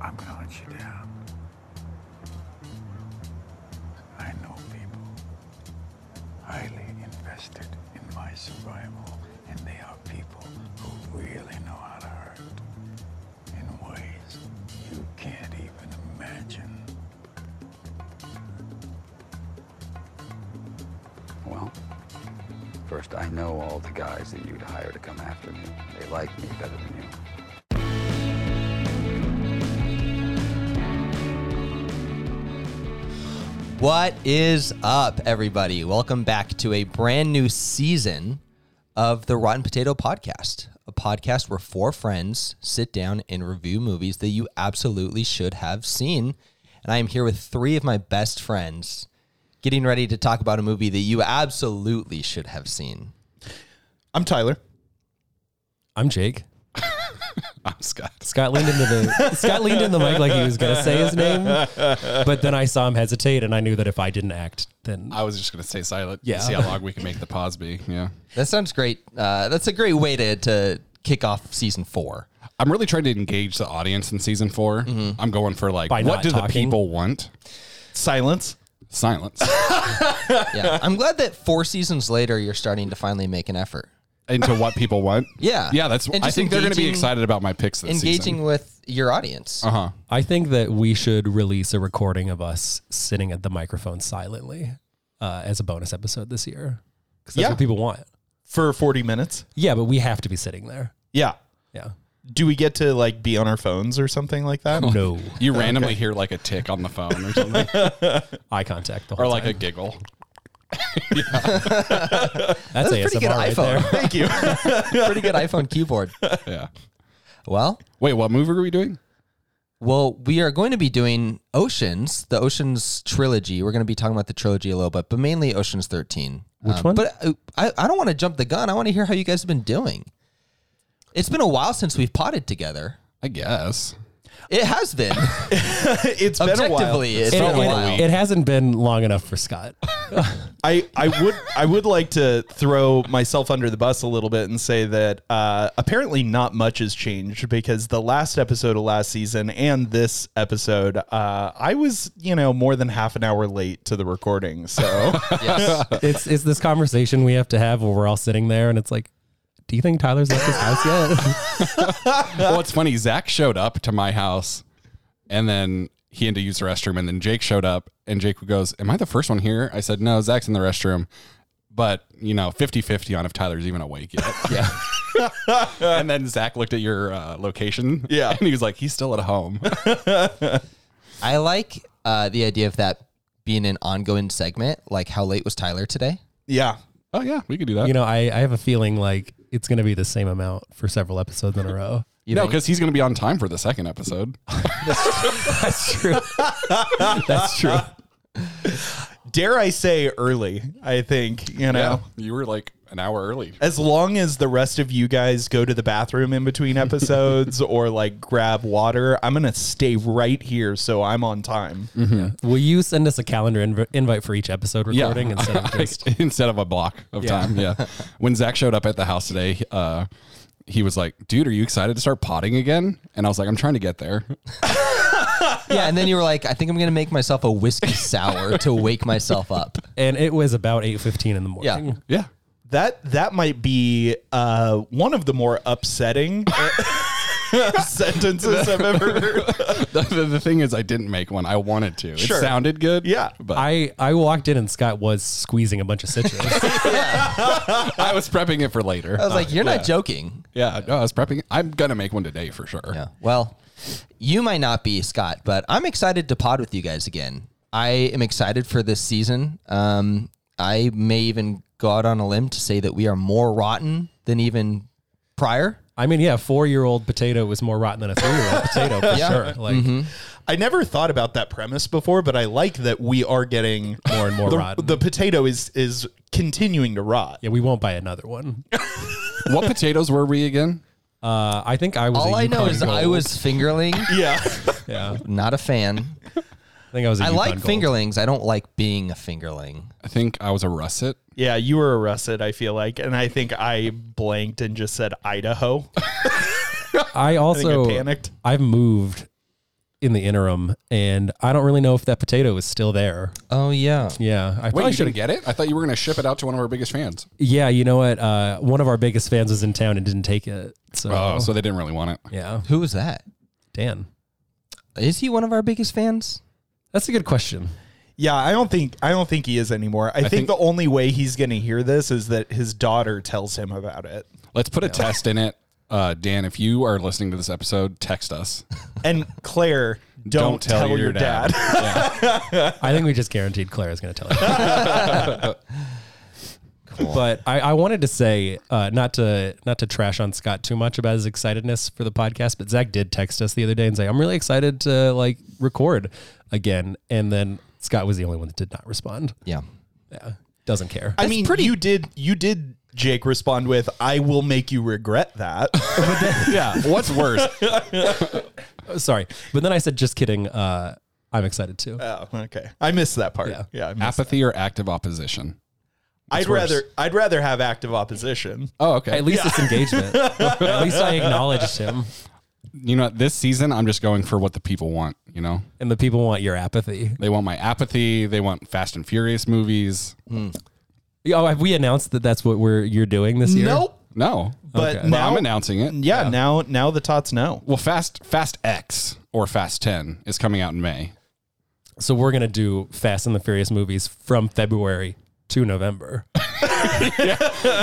I'm gonna let you down. I know people highly invested in my survival, and they are people who really know how to hurt in ways you can't even imagine. Well, first, I know all the guys that you'd hire to come after me. They like me better than you. What is up, everybody? Welcome back to a brand new season of the Rotten Potato Podcast, a podcast where four friends sit down and review movies that you absolutely should have seen. And I am here with three of my best friends getting ready to talk about a movie that you absolutely should have seen. I'm Tyler. I'm Jake. I'm Scott. Scott leaned into the Scott leaned in the mic like he was gonna say his name, but then I saw him hesitate, and I knew that if I didn't act, then I was just gonna stay silent. Yeah. See how long we can make the pause be. Yeah. That sounds great. Uh, that's a great way to, to kick off season four. I'm really trying to engage the audience in season 4 i Mm-hmm. I'm going for like, By what not do the talking? people want? silence. Silence. Yeah. I'm glad that four seasons later, you're starting to finally make an effort. Into what people want. Yeah. Yeah. That's. And I just think they're gonna be engaging- excited about my picks this Engaging with your audience. Uh huh. I think that we should release a recording of us sitting at the microphone silently uh, as a bonus episode this year because that's Yeah. what people want. for 40 minutes. Yeah, but we have to be sitting there. Yeah. Yeah. Do we get to like be on our phones or something like that? No You randomly hear like a tick on the phone or something, eye contact. The whole or like time. a giggle. that's, That's a pretty ASMR good right iPhone. there. Thank you. pretty good iPhone keyboard. Yeah. Well, Wait, what movie are we doing? well, we are going to be doing Oceans, the Oceans trilogy. We're going to be talking about the trilogy a little bit, but mainly Oceans 13. Which one? But uh, I, I don't want to jump the gun. I want to hear how you guys have been doing. It's been a while since we've potted together. I guess. It has been. it's been a while. Objectively, it's It, been a it- while. it hasn't been long enough for Scott. I, I would I would like to throw myself under the bus a little bit and say that uh, apparently not much has changed because the last episode of last season and this episode uh, I was you know more than half an hour late to the recording so yes. it's it's this conversation we have to have where we're all sitting there and it's like, do you think Tyler's left his house yet? well, it's funny. Zach showed up to my house, and then he had to use the restroom, and then Jake showed up, and Jake goes, "Am I the first one here?" I said, "No, Zach's in the restroom." But you know, 50-50 on if Tyler's even awake yet. Yeah. and then Zach looked at your uh, location. Yeah. and he was like, "He's still at home." I like uh, the idea of that being an ongoing segment, like how late was Tyler today? yeah oh yeah, we could do that. you know, I, I have a feeling like it's going to be the same amount for several episodes in a row. no, because he's going to be on time for the second episode. That's true. That's true. dare I say early I think you know you were like an hour early. as long as the rest of you guys go to the bathroom in between episodes or like grab water, I'm gonna stay right here so I'm on time. Mm-hmm. Will you send us a calendar inv- invite for each episode Yeah. recording instead of just instead of a block of time. Yeah. when Zach showed up at the house today, uh, he was like, "Dude, are you excited to start potting again?" And I was like, "I'm trying to get there." Yeah, and then you were like, I think I'm going to make myself a whiskey sour to wake myself up. and it was about 8:15 in the Yeah. morning. Yeah. That that might be uh, one of the more upsetting sentences I've ever heard. The, the, the thing is, I didn't make one. I wanted to. Sure. It sounded good. Yeah. But I, I I walked in and Scott was squeezing a bunch of citrus. was prepping it for later. I was like, you're not joking. yeah. No, I was prepping. it. I'm gonna make one today for sure. Yeah. Well, you might not be Scott, but I'm excited to pod with you guys again. I am excited for this season. Um, I may even go out on a limb to say that we are more rotten than even prior. I mean, yeah, 4-year-old potato was more rotten than a 3-year-old potato for Yeah. sure. Like I never thought about that premise before, but I like that we are getting more and more the, rotten. the potato is is continuing to rot. yeah, we won't buy another one. What potatoes were we again? Uh, I think I was All I I know is I was fingerling, Yeah. yeah. not a fan. I think I was a I like Yukon Gold. fingerlings. I don't like being a fingerling. I think I was a russet. yeah, you were arrested, I feel like, and I think I blanked and just said Idaho. I also panicked. I've moved in the interim, and I don't really know if that potato is still there. Oh yeah. Yeah, I Wait, probably you should didn't have. get it? I thought you were going to ship it out to one of our biggest fans. Yeah, you know what? Uh, one of our biggest fans was in town and didn't take it. So, Oh, so they didn't really want it. yeah, Who was that? Dan, Is he one of our biggest fans? that's a good question. Yeah, I don't think I don't think he is anymore. I, think, think- the only way he's going to hear this is that his daughter tells him about it. Let's put a test in it. Uh, Dan, if you are listening to this episode, text us. And Claire, don't, tell, your, dad. I think we just guaranteed Claire is going to tell you. But I, I wanted to say, uh, not to not to trash on Scott too much about his excitedness for the podcast, but Zach did text us the other day and say, "I'm really excited to like record again." And then Scott was the only one that did not respond. Yeah. Yeah, doesn't care. I mean, you did you did Jake respond with, "I will make you regret that." yeah. What's worse? Sorry, but then I said, "Just kidding." Uh, I'm excited too. oh, okay. I missed that part. Yeah, Yeah. I missed- Apathy or active opposition? I'd rather I'd rather have active opposition. Oh, okay. At least it's engagement. At least I acknowledged him. you know, what? this season, I'm just going for what the people want. You know, And the people want your apathy. they want my apathy. They want Fast and Furious movies. Oh, have we announced that that's what we're you're doing this year? Nope. No, But Okay. Well, now, I'm announcing it. yeah, now now the tots know. Well, Fast Fast X or Fast Ten is coming out in May. So we're gonna do Fast and the Furious movies from February to November.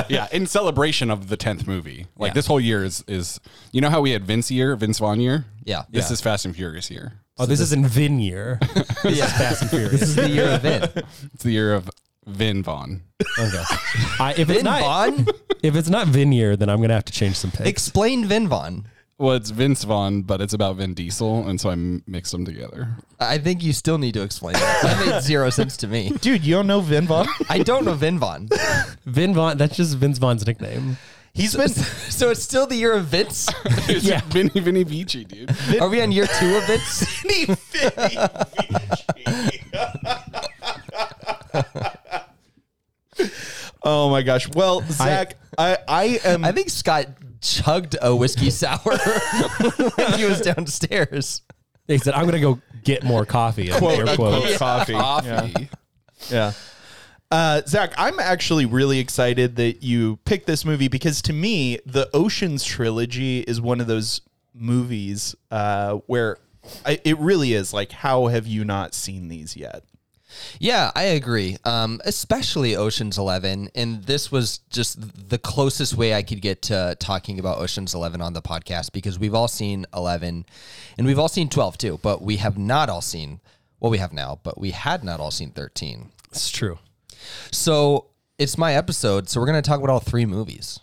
yeah, in celebration of the tenth movie. Like Yeah. this whole year is is you know how we had Vince year, Vince Vaughn year. Yeah. This is Fast and Furious year. Oh, this isn't Vin year. This is Fast and Furious. This is the year of it. It's the year of Vin Vaughn. Okay. I, if it's Vin not Vaughn? if it's not Vin year, then I'm gonna have to change some picks. Explain Vin Vaughn. Well, it's Vince Vaughn, but it's about Vin Diesel, and so I m- mixed them together. I think you still need to explain that. That made zero sense to me. Dude, you don't know Vin Vaughn? I don't know Vin Vaughn. Vin Vaughn. That's just Vince Vaughn's nickname. He's been So it's still the year of Vince? It's Yeah. Vinny Vinny Vici, dude. Are we on year two of Vince? Oh my gosh. Well, Zach, I, I, am I think Scott chugged a whiskey sour when he was downstairs. He said, "I'm gonna go get more coffee." and quote air quotes. unquote coffee. Yeah. Coffee. Yeah. Uh, Zach, I'm actually really excited that you picked this movie because to me, the Oceans trilogy is one of those movies uh, where I, it really is like, how have you not seen these yet? Yeah, I agree. Um, especially Ocean's Eleven, and this was just the closest way I could get to talking about Ocean's Eleven on the podcast because we've all seen Eleven, and we've all seen Twelve too, but we have not all seen well, we have now, but we had not all seen Thirteen. It's true. So it's my episode, so we're gonna talk about all three movies,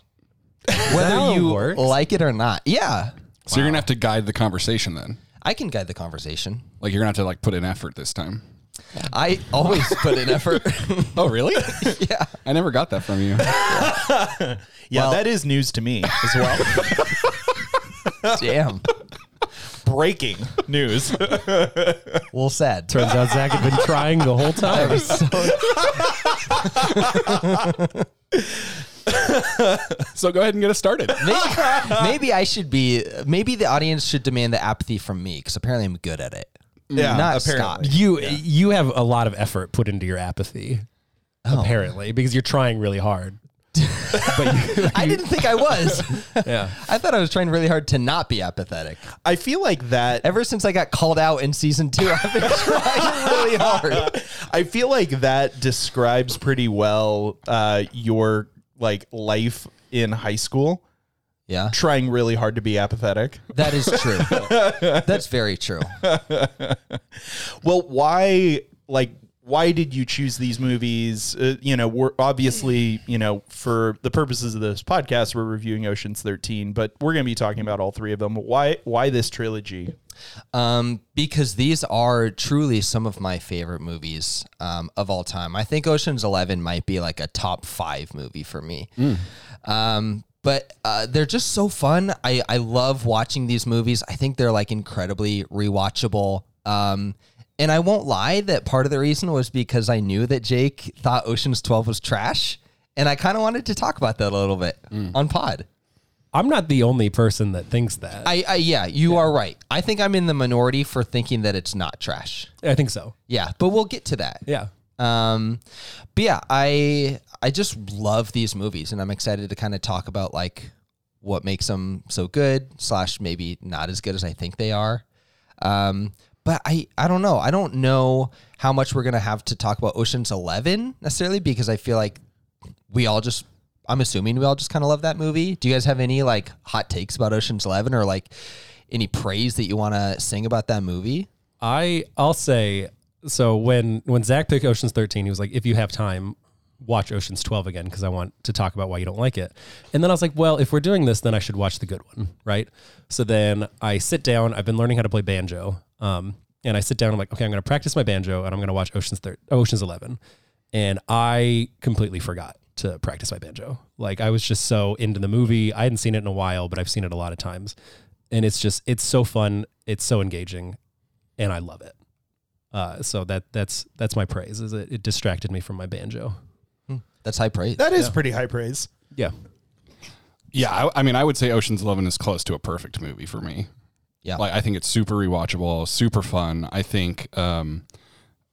whether how it you works? like it or not. Yeah, So you're gonna have to guide the conversation then. I can guide the conversation. Like you're gonna have to like put in effort this time. I always put in effort. Oh really? yeah. I never got that from you. Yeah, Well- that is news to me as well. Damn. Breaking news. Well, sad. Turns out Zach had been trying the whole time. So go ahead and get us started. maybe, maybe I should be. Maybe the audience should demand the apathy from me because apparently I'm good at it. yeah, Not Scott. apparently. You you have a lot of effort put into your apathy, Oh. apparently, because you're trying really hard. but you, I didn't think I was. yeah, I thought I was trying really hard to not be apathetic. I feel like that. Ever since I got called out in season two, I've been trying really hard. I feel like that describes pretty well uh, your like life in high school, Yeah, trying really hard to be apathetic. that is true. That's very true. Well, why like why did you choose these movies? Uh, you know, we're obviously, you know, for the purposes of this podcast, we're reviewing Ocean's 13, but we're going to be talking about all three of them. Why why this trilogy? um, because these are truly some of my favorite movies um, of all time. I think Ocean's Eleven might be like a top five movie for me. Um, but uh, they're just so fun. I, I love watching these movies. I think they're like incredibly rewatchable. Um, and I won't lie that part of the reason was because I knew that Jake thought Ocean's 12 was trash. And I kind of wanted to talk about that a little bit on pod. I'm not the only person that thinks that. I, I, I yeah, you are right. I think I'm in the minority for thinking that it's not trash. think so. Yeah, but we'll get to that. Yeah. Um, but yeah, I I just love these movies, and I'm excited to kind of talk about like what makes them so good, slash maybe not as good as I think they are. Um, but I I don't know. I don't know how much we're gonna have to talk about Ocean's Eleven necessarily because I feel like we all just. I'm assuming we all just kind of love that movie. Do you guys have any like hot takes about Ocean's Eleven or like any praise that you want to sing about that movie? I I'll say so when when Zach picked Ocean's 13, he was like, if you have time, watch Ocean's 12 again because I want to talk about why you don't like it. And then I was like, well, if we're doing this, then I should watch the good one, right? So then I sit down. I've been learning how to play banjo, um, and I sit down. I'm like, okay, I'm going to practice my banjo, and I'm going to watch Ocean's thir- Ocean's 11. And I completely forgot to practice my banjo. Like I was just so into the movie. I hadn't seen it in a while, but I've seen it a lot of times. And it's just it's so fun, it's so engaging, and I love it. Uh, so that that's that's my praise. Is it, it distracted me from my banjo? That's high praise. That is pretty high praise. Yeah, Yeah, I, I mean, I would say Ocean's Eleven is close to a perfect movie for me. Yeah. like I think it's super rewatchable, super fun. I think um,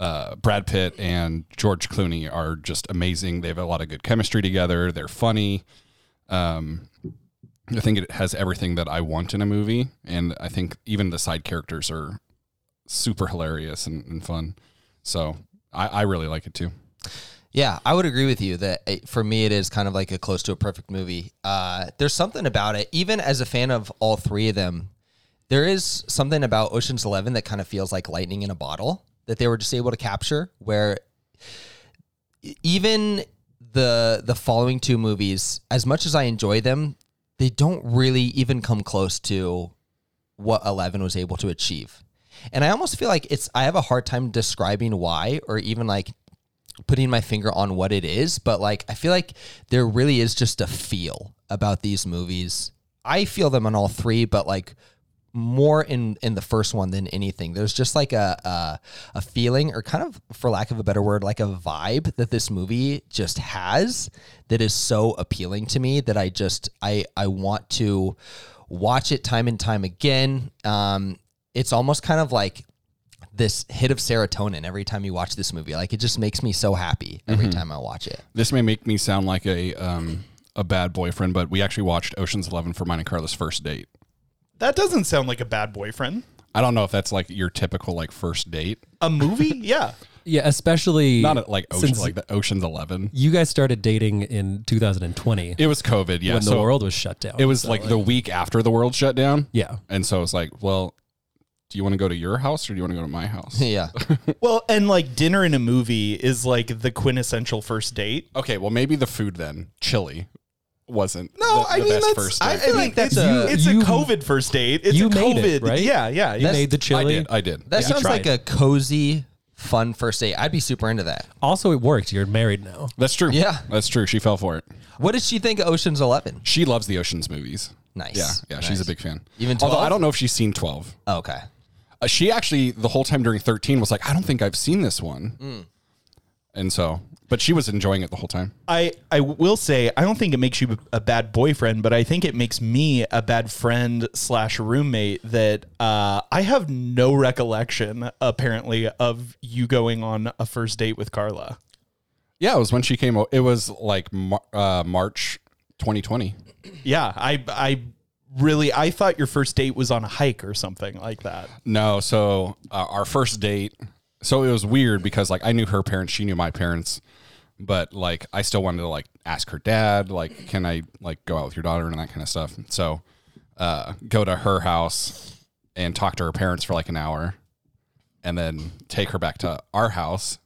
uh, Brad Pitt and George Clooney are just amazing. They have a lot of good chemistry together. They're funny. Um, I think it has everything that I want in a movie, and I think even the side characters are super hilarious and, and fun. So I, I really like it too. Yeah, I would agree with you that it, for me it is kind of like a close to a perfect movie. Uh, there's something about it, even as a fan of all three of them, there is something about Ocean's Eleven that kind of feels like lightning in a bottle that they were just able to capture. Where e- even the the following two movies, as much as I enjoy them, they don't really even come close to what Eleven was able to achieve. And I almost feel like it's I have a hard time describing why or even like putting my finger on what it is, but like I feel like there really is just a feel about these movies. I feel them on all three, but like more in in the first one than anything. There's just like a a, a feeling, or kind of, for lack of a better word, like a vibe that this movie just has that is so appealing to me that I just I I want to watch it time and time again. Um, it's almost kind of like this hit of serotonin every time you watch this movie. Like it just makes me so happy every time I watch it. This may make me sound like a um, a bad boyfriend, but we actually watched Ocean's Eleven for mine and Carla's first date. That doesn't sound like a bad boyfriend. I don't know if that's like your typical like first date. A movie? yeah. yeah. Especially Not at like ocean, Since- like the Ocean's Eleven. you guys started dating in 2020 It was COVID, yeah. when so the world was shut down. it was like the week after the world shut down, yeah. and so it's like, well, do you want to go to your house or do you want to go to my house? yeah. Well, and like dinner in a movie is like the quintessential first date. Okay, well maybe the food then chili wasn't. No, the, I the mean best that's. first I, I date. think that's a, it's you- a COVID first date. It's you a made COVID, it, right? Yeah, yeah. You made the I chili. did. I did. That Yeah. sounds like a cozy, fun first date. I'd be super into that. Also, it worked. You're married now. That's true. Yeah. that's true. She fell for it. What did she think of Ocean's Eleven? She loves the Ocean's movies. Nice. Yeah, yeah. She's a big fan. Even although 12? I don't know if she's seen twelve. Oh, okay. Uh, she actually the whole time during thirteen was like, I don't think I've seen this one, Mm. and so but she was enjoying it the whole time. I, I will say I don't think it makes you a bad boyfriend, but I think it makes me a bad friend slash roommate. That uh, I have no recollection apparently of you going on a first date with Carla. Yeah, it was when she came. o- It was like Mar- uh, March 2020. Yeah, I I really I thought your first date was on a hike or something like that. No, so uh, our first date. So it was weird because like I knew her parents, she knew my parents, but like I still wanted to like ask her dad, like, can I like go out with your daughter and that kind of stuff. So uh, go to her house and talk to her parents for like an hour, and then take her back to our house.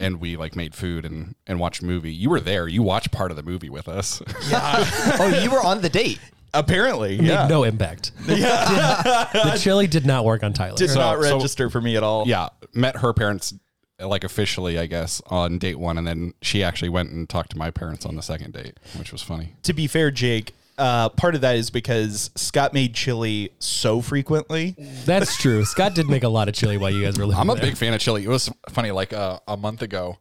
And we like made food and and watched a movie. You were there. You watched part of the movie with us. Oh, you were on the date. Apparently, Made yeah. no impact. the chili did not work on Tyler. Did not so- register for me at all. yeah, met her parents uh, like officially, I guess, on date one, and then she actually went and talked to my parents on the second date, which was funny. to be fair, Jake, uh, part of that is because Scott made chili so frequently. That's true. Scott did make a lot of chili while you guys were living. I'm a there. big fan of chili. It was funny, like uh, a month ago,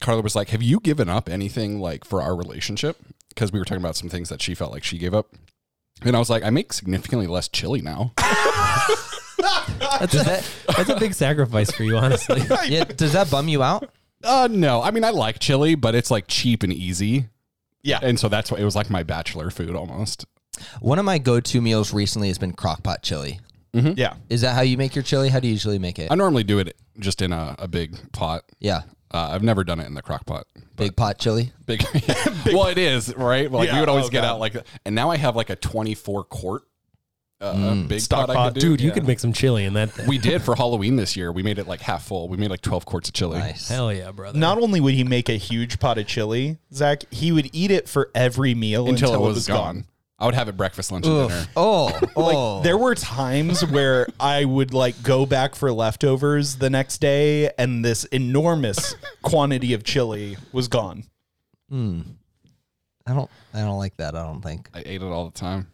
Carla was like, "Have you given up anything like for our relationship?" Because we were talking about some things that she felt like she gave up, And I was like, I make significantly less chili now. That's a, that's a big sacrifice for you, honestly. Yeah, does that bum you out? uh, no, I mean, I like chili, but it's like cheap and easy. Yeah. And so that's what it was like my bachelor food almost. One of my go-to meals recently has been crock pot chili. Mm-hmm. yeah. Is that how you make your chili? How do you usually make it? I normally do it just in a, a big pot. yeah, Uh, I've never done it in the crock pot. big pot chili. Big, well, it is right. Like Yeah, we would always oh, get God. out like, that. and now I have like a twenty-four quart uh, big Stock pot. I pot. could do. Dude, you Yeah. could make some chili in that thing. We did for Halloween this year. We made it like half full. We made like twelve quarts of chili. Nice. Hell yeah, brother. Not only would he make a huge pot of chili, Zach, he would eat it for every meal until, until, it was, gone. I would have it breakfast, lunch, and dinner. Oof. Oh, oh. Like there were times where I would like go back for leftovers the next day and this enormous quantity of chili was gone. I don't. I don't like that. I don't think. I ate it all the time.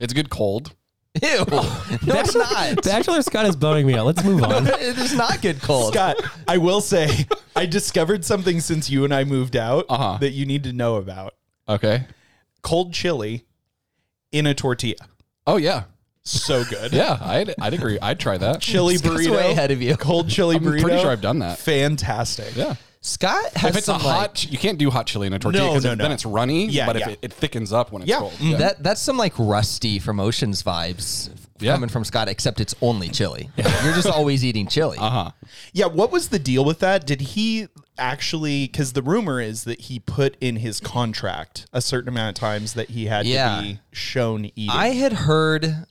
It's good cold. Ew. No, it's not. Bachelor Scott is boning me out. Let's move on. it is not good cold. Scott, I will say I discovered something since you and I moved out Uh-huh. that you need to know about. Okay. Cold chili in a tortilla. Oh yeah, So good. yeah. I'd I'd agree. I'd try that. Chili Scott's burrito. way ahead of you. Cold chili I'm burrito. pretty sure I've done that. Fantastic. Yeah. Scott has If it's a some, hot, like- ch- you can't do hot chili in a tortilla No, 'cause no, it- no. then it's runny. Yeah, but if yeah. it, it thickens up when it's Yeah. cold. Mm. That that's some like rusty from Oceans vibes f- Yeah. coming from Scott, except it's only chili. You're just always eating chili. Uh-huh. Yeah, what was the deal with that? Did he actually? Because the rumor is that he put in his contract a certain amount of times that he had Yeah. to be shown eating. I had heard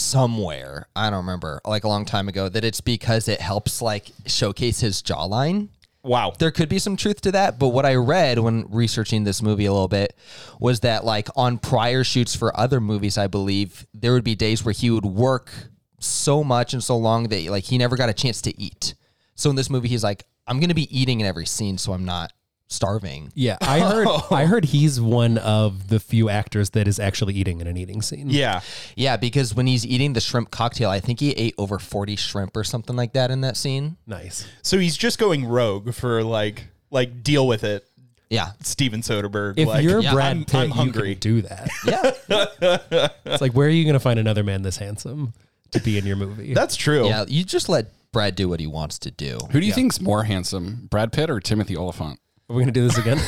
somewhere, I don't remember, like a long time ago, that it's because it helps like showcase his jawline. wow. There could be some truth to that, but what I read when researching this movie a little bit was that like on prior shoots for other movies, I believe there would be days where he would work so much and so long that like he never got a chance to eat. So in this movie, he's like, I'm gonna be eating in every scene, so I'm not starving. Yeah, I heard. Oh. I heard he's one of the few actors that is actually eating in an eating scene. Yeah. Yeah, because when he's eating the shrimp cocktail, I think he ate over 40 shrimp or something like that in that scene. nice. So he's just going rogue for like, like deal with it, Yeah. Steven Soderbergh. If like, you're yeah, Brad I'm- Pitt, I'm you hungry. can do that. Yeah. It's like, where are you going to find another man this handsome to be in your movie? that's true. yeah. You just let Brad do what he wants to do. Who do you think's more handsome, Brad Pitt or Timothy Oliphant? Are we going to do this again?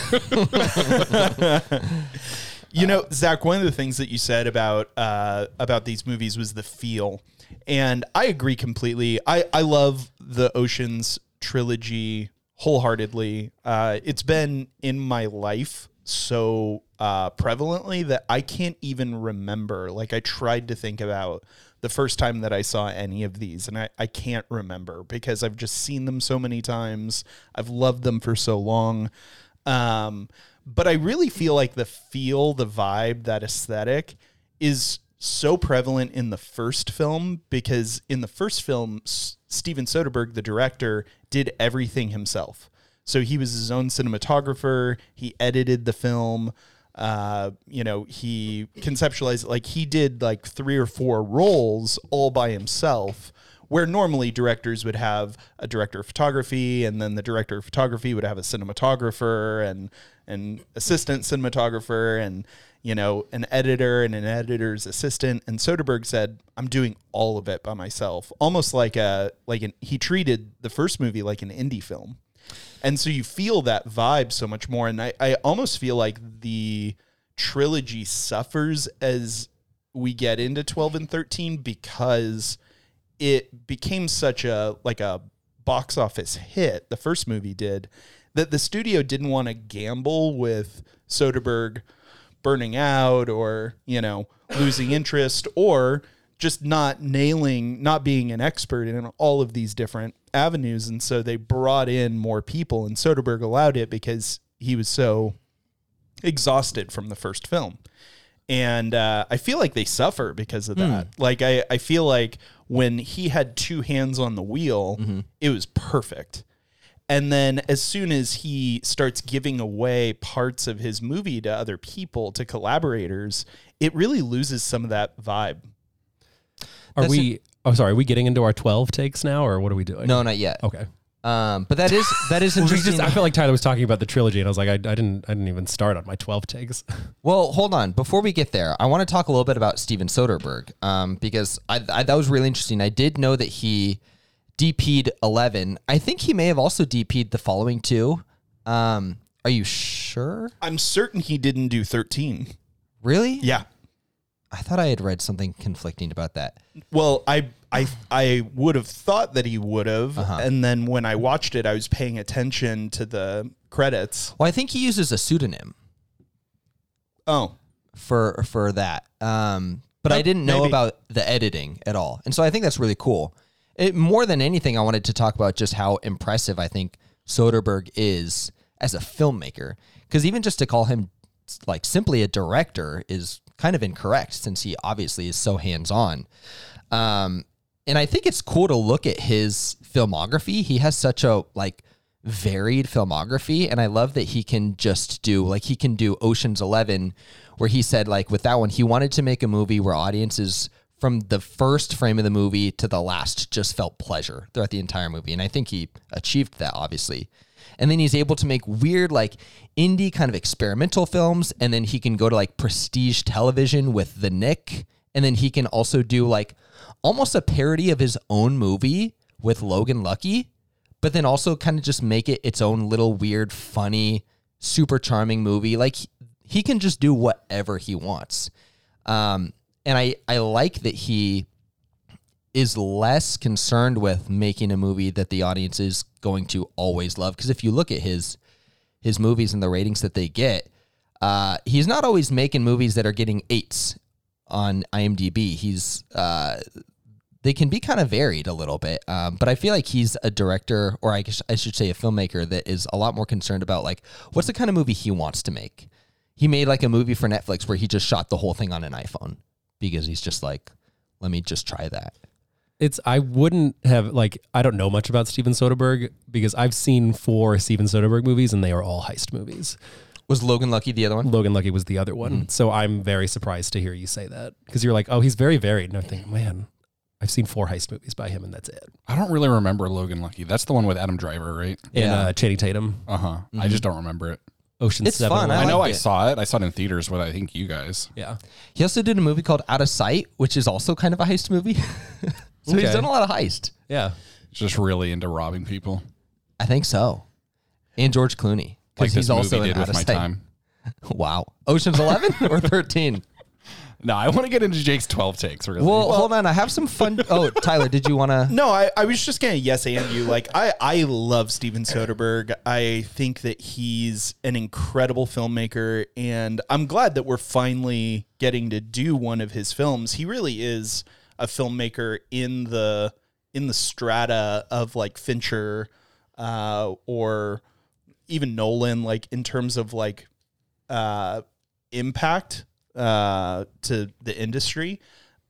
You know, Zach, one of the things that you said about uh, about these movies was the feel, and I agree completely. I I love the Ocean's trilogy wholeheartedly. Uh, it's been in my life so uh, prevalently that I can't even remember. Like I tried to think about the first time that I saw any of these, and I, I can't remember because I've just seen them so many times. I've loved them for so long. Um, but I really feel like the feel, the vibe, that aesthetic is so prevalent in the first film because in the first film, S- Steven Soderbergh, the director, did everything himself. So he was his own cinematographer. He edited the film. Uh, you know, he conceptualized it. like he did like three or four roles all by himself where normally directors would have a director of photography and then the director of photography would have a cinematographer and an assistant cinematographer and you know an editor and an editor's assistant and Soderbergh said I'm doing all of it by myself almost like a like an he treated the first movie like an indie film and so you feel that vibe so much more and I, I almost feel like the trilogy suffers as we get into 12 and 13 because it became such a like a box office hit the first movie did that the studio didn't want to gamble with Soderbergh burning out or you know losing interest or just not nailing not being an expert in all of these different avenues and so they brought in more people and Soderbergh allowed it because he was so exhausted from the first film. And uh, I feel like they suffer because of that. Like, I, I feel like when he had two hands on the wheel, it was perfect. And then as soon as he starts giving away parts of his movie to other people, to collaborators, it really loses some of that vibe. Are That's we? oh, sorry. Are we getting into our twelve takes now, or what are we doing? No, not yet. Okay. Um, but that is that is We interesting. just, I felt like Tyler was talking about the trilogy, and I was like, I, I didn't, I didn't even start on my twelve takes. Well, hold on. Before we get there, I want to talk a little bit about Steven Soderbergh um, because I, I, that was really interesting. I did know that he DP'd 11. I think he may have also DP'd the following two. Um, are you sure? I'm certain he didn't do 13. Really? Yeah. I thought I had read something conflicting about that. Well, I I I would have thought that he would have, and then when I watched it, I was paying attention to the credits. Well, I think he uses a pseudonym Oh, for for that. Um, but I didn't know maybe. about the editing at all, and so I think that's really cool. It, more than anything, I wanted to talk about just how impressive I think Soderbergh is as a filmmaker, because even just to call him like simply a director is kind of incorrect, since he obviously is so hands on. Um, and I think it's cool to look at his filmography. He has such a like varied filmography, and I love that he can just do like he can do Ocean's Eleven, where he said like with that one he wanted to make a movie where audiences from the first frame of the movie to the last just felt pleasure throughout the entire movie, and I think he achieved that obviously. And then he's able to make weird, like indie kind of experimental films. And then he can go to like prestige television with The Nick. And then he can also do like almost a parody of his own movie with Logan Lucky, but then also kind of just make it its own little weird, funny, super charming movie. Like he- he can just do whatever he wants. Um, and I, I like that he is less concerned with making a movie that the audience is going to always love. Because if you look at his his movies and the ratings that they get, uh, he's not always making movies that are getting eights on IMDb. He's uh, they can be kind of varied a little bit, um, but I feel like he's a director, or I, guess I should say, a filmmaker that is a lot more concerned about like what's the kind of movie he wants to make. He made like a movie for Netflix where he just shot the whole thing on an iPhone because he's just like, let me just try that. It's, I wouldn't have like, I don't know much about Steven Soderbergh because I've seen four Steven Soderbergh movies, and they are all heist movies. Was Logan Lucky the other one? Logan Lucky was the other Mm-hmm. one, so I'm very surprised to hear you say that because you're like, oh, he's very varied, and I think, man, I've seen four heist movies by him, and that's it. I don't really remember Logan Lucky. That's the one with Adam Driver, right? And Yeah. uh, Channing Tatum, Uh huh. I just don't remember it. Ocean It's Seven. fun, I was- I, know liked I it. saw it. I saw it in theaters with I think you guys. yeah. He also did a movie called Out of Sight, which is also kind of a heist movie. so he's Okay. done a lot of heist. Yeah. Just really into robbing people. I think so. And George Clooney. Like Because this he's also movie in Out did with of my Sight. time. Wow. Ocean's 11 or 13? No, I want to get into Jake's twelve takes. Really. Well, hold on. I have some fun. Oh, Tyler, did you want to? No, I, I was just gonna yes and you. Like I, I love Steven Soderbergh. I think that he's an incredible filmmaker, and I'm glad that we're finally getting to do one of his films. He really is a filmmaker in the in the strata of like Fincher uh, or even Nolan, like in terms of like uh, impact uh, to the industry.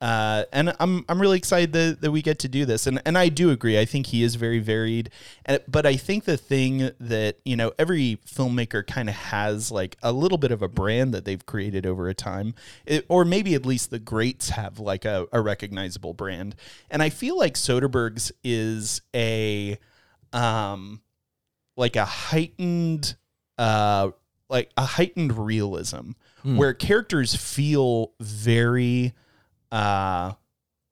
Uh, and I'm I'm really excited that, that we get to do this, and and I do agree. I think he is very varied, and, but I think the thing that you know every filmmaker kind of has like a little bit of a brand that they've created over a time, it, or maybe at least the greats have like a, a recognizable brand, and I feel like Soderbergh's is a um, like a heightened uh like a heightened realism where characters feel very uh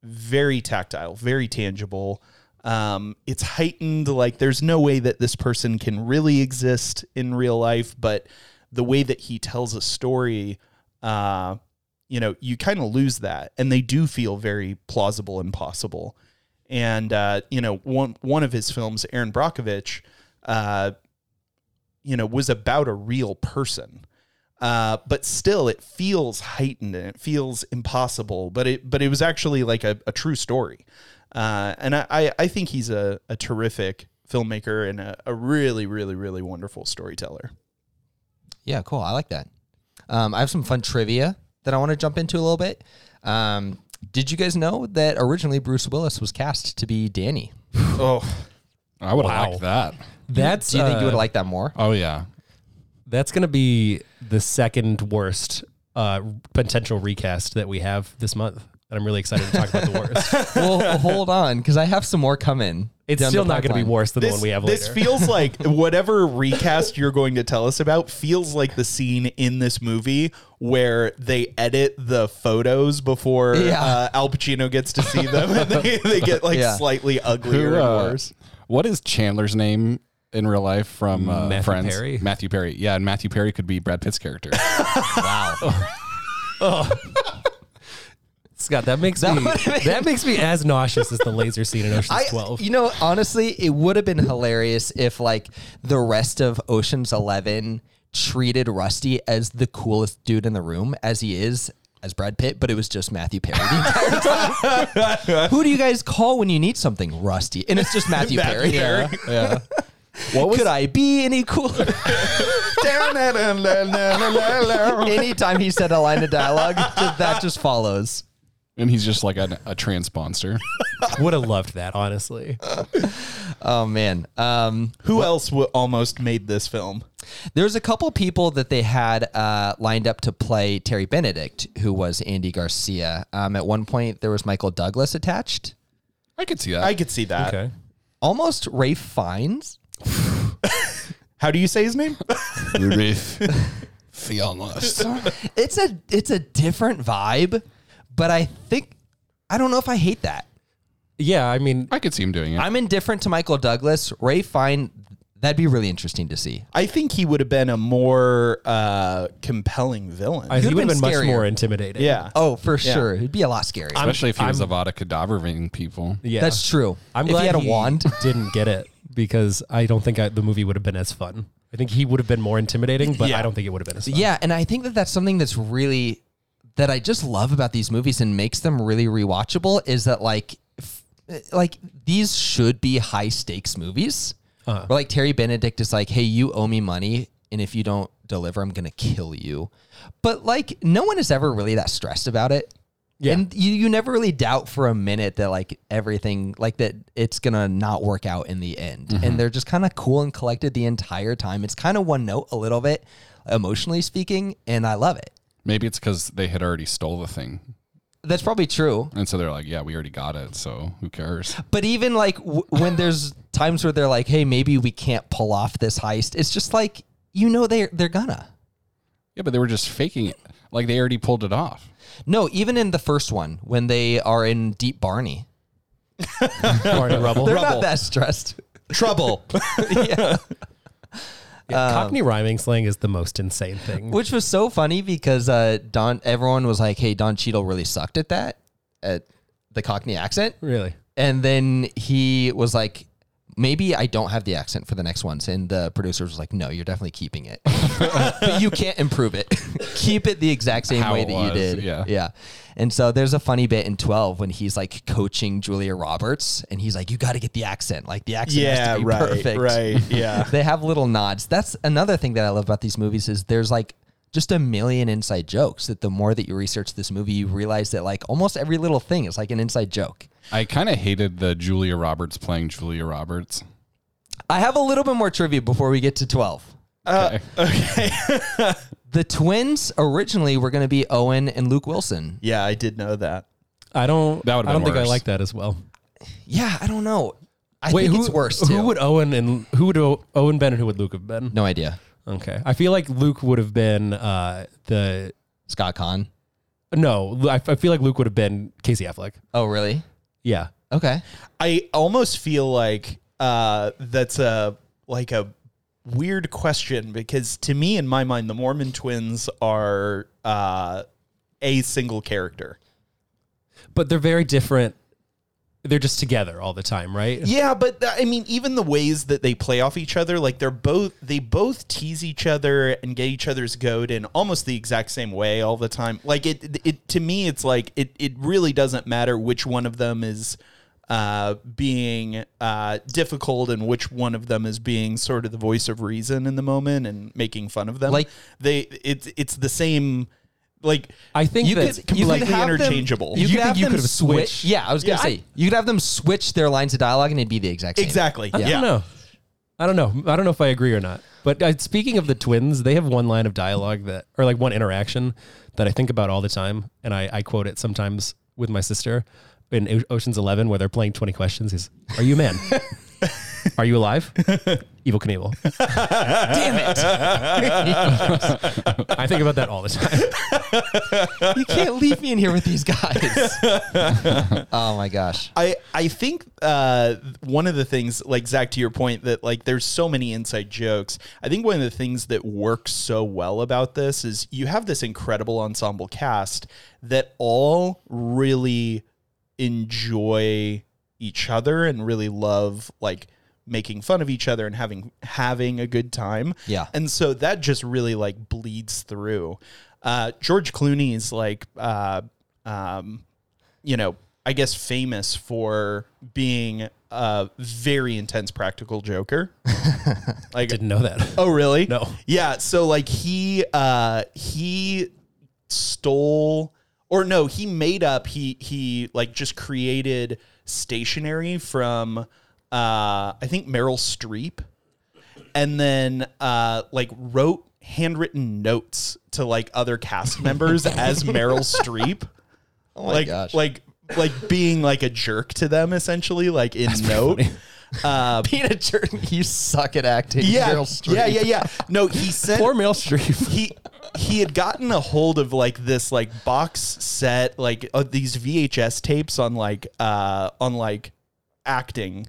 very tactile very tangible um it's heightened like there's no way that this person can really exist in real life but the way that he tells a story uh you know you kind of lose that and they do feel very plausible and possible and uh, you know one one of his films, Aaron Brockovich, uh, you know was about a real person, uh, but still it feels heightened and it feels impossible. But it but it was actually like a, a true story, uh, and I- I I think he's a, a terrific filmmaker and a, a really really really wonderful storyteller. Yeah, cool. I like that. Um, I have some fun trivia that I want to jump into a little bit. Um, did you guys know that originally Bruce Willis was cast to be Danny? Oh, I would Wow. have liked that. That's Do you think you uh, would like that more? Oh yeah. That's going to be the second worst uh, potential recast that we have this month. And I'm really excited to talk about the worst. well, hold on, because I have some more come in. It's down still the not going to be pipeline. worse than the This, one we have this later. feels like whatever recast you're going to tell us about feels like the scene in this movie where they edit the photos before Yeah. uh, Al Pacino gets to see them and they, they get like Yeah. slightly uglier Who, and uh, worse. what is Chandler's name in real life from uh, Matthew Friends? Perry? Matthew Perry. Yeah, and Matthew Perry could be Brad Pitt's character. Wow. Scott, that makes That me would've been- that makes me as nauseous as the laser scene in Ocean's I, Twelve. you know, honestly, it would have been hilarious if like the rest of Ocean's Eleven treated Rusty as the coolest dude in the room as he is as Brad Pitt, but it was just Matthew Perry. the entire time. Who do you guys call when you need something rusty? And it's just Matthew, Perry. yeah. What was Could I be any cooler? Anytime he said a line of dialogue, just- that just follows. and he's just like an, a transponster. Would have loved that, honestly. Oh man. Um, Who else w- almost made this film? There's a couple people that they had uh, lined up to play Terry Benedict, who was Andy Garcia. Um, at one point, there was Michael Douglas attached, I could see that. I could see that. Okay. almost Ray Fiennes. How do you say his name? Ruth Fialnus. It's a it's a different vibe, but I think I don't know if I hate that. Yeah, I mean, I could see him doing it. I'm indifferent to Michael Douglas. Ray Fine, that'd be really interesting to see. I think he would have been a more uh, compelling villain. I, he You'd would have been been, much scarier. more intimidating. yeah. Oh, for sure, it'd be a lot scarier. Especially if he was Avada Kedavraing people. yeah. That's true. I'm if glad he had a wand. didn't get it because I don't think I, the movie would have been as fun. I think he would have been more intimidating, but I don't think it would have been as fun. Yeah, and I think that that's something that's really that I just love about these movies and makes them really rewatchable is that like f- like these should be high stakes movies. Where like Terry Benedict is like, "Hey, you owe me money, and if you don't deliver, I'm going to kill you." But like no one is ever really that stressed about it. Yeah. And you, you never really doubt for a minute that like everything like that it's gonna not work out in the end. And they're just kind of cool and collected the entire time. It's kind of one note a little bit, emotionally speaking, and I love it. Maybe it's because they had already stole the thing. That's probably true. And so they're like, yeah, we already got it. So who cares? But even like w- when there's times where they're like, "Hey, maybe we can't pull off this heist," it's just like you know they are they're gonna. Yeah, but they were just faking it. Like they already pulled it off. No, even in the first one when they are in Deep Barney, Barney Rubble. they're Rubble. not that stressed. Trouble. Yeah, Uh, Cockney rhyming slang is the most insane thing. Which was so funny because uh, Don, everyone was like, "Hey, Don Cheadle really sucked at that, at the Cockney accent," really? and then he was like, "Maybe I don't have the accent for the next ones." And the producer was like, "No, you're definitely keeping it. but you can't improve it. Keep it the exact same How way it that you was, did." yeah. yeah. And so there's a funny bit in Twelve when he's like coaching Julia Roberts, and he's like, "You got to get the accent. Like the accent has yeah, to be right. perfect, Right. Yeah. they have little nods. That's another thing that I love about these movies is there's like just a million inside jokes that the more that you research this movie, you realize that like almost every little thing is like an inside joke. I kind of hated the Julia Roberts playing Julia Roberts. I have a little bit more trivia before we get to 12. okay. The twins originally were going to be Owen and Luke Wilson. Yeah, I did know that. I don't. That I would've don't been think I worse. like that as well. Yeah, I don't know. I think it's worse too. Who would Owen and who would O- Owen been and who would Luke have been? no idea. Okay, I feel like Luke would have been uh, the Scott Kahn. no. Lu- I, I feel like Luke would have been Casey Affleck. Oh, really? Yeah, Okay. I almost feel like uh, that's a like a weird question because to me, in my mind, the Mormon twins are uh, a single character. but they're very different. They're just together all the time, right? Yeah, but th- I mean, even the ways that they play off each other, like they're both they both tease each other and get each other's goat in almost the exact same way all the time. Like it, it to me, it's like it it really doesn't matter which one of them is uh, being uh, difficult and which one of them is being sort of the voice of reason in the moment and making fun of them. Like- they, it's it's the same. Like I think you that could completely you could have them- interchangeable. you You could think have you them could have swi- switched? Yeah, I was gonna Yeah, say I- you could have them switch their lines of dialogue and it'd be the exact same. exactly. I yeah. don't know. I don't know. I don't know if I agree or not. But uh, speaking of the twins, they have one line of dialogue that, or like one interaction that I think about all the time, and I, I quote it sometimes with my sister. in O- Ocean's Eleven where they're playing Twenty Questions. He's, "Are you a man? Are you alive?" Evil Knievel. I think about that all the time. you can't leave me in here with these guys. oh my gosh. I, I think uh, one of the things, like Zach, to your point, that like there's so many inside jokes. I think one of the things that works so well about this is you have this incredible ensemble cast that all really enjoy each other and really love like making fun of each other and having having a good time. Yeah. And so that just really like bleeds through. Uh, George Clooney's like uh, um, you know, I guess famous for being a very intense practical joker. like, Didn't know that. oh, really? No. Yeah. So like he uh, he stole or no, he made up. He he like just created stationery from uh, I think Meryl Streep and then uh, like wrote handwritten notes to like other cast members as Meryl Streep. Oh my like, gosh. Like like being like a jerk to them essentially, like in note. Uh, Peanut Jordan, you suck at acting. yeah, Meryl Streep. yeah, yeah, yeah. No, he sent Poor Meryl Streep. he he had gotten a hold of like this like box set like of these VHS tapes on like uh on like acting.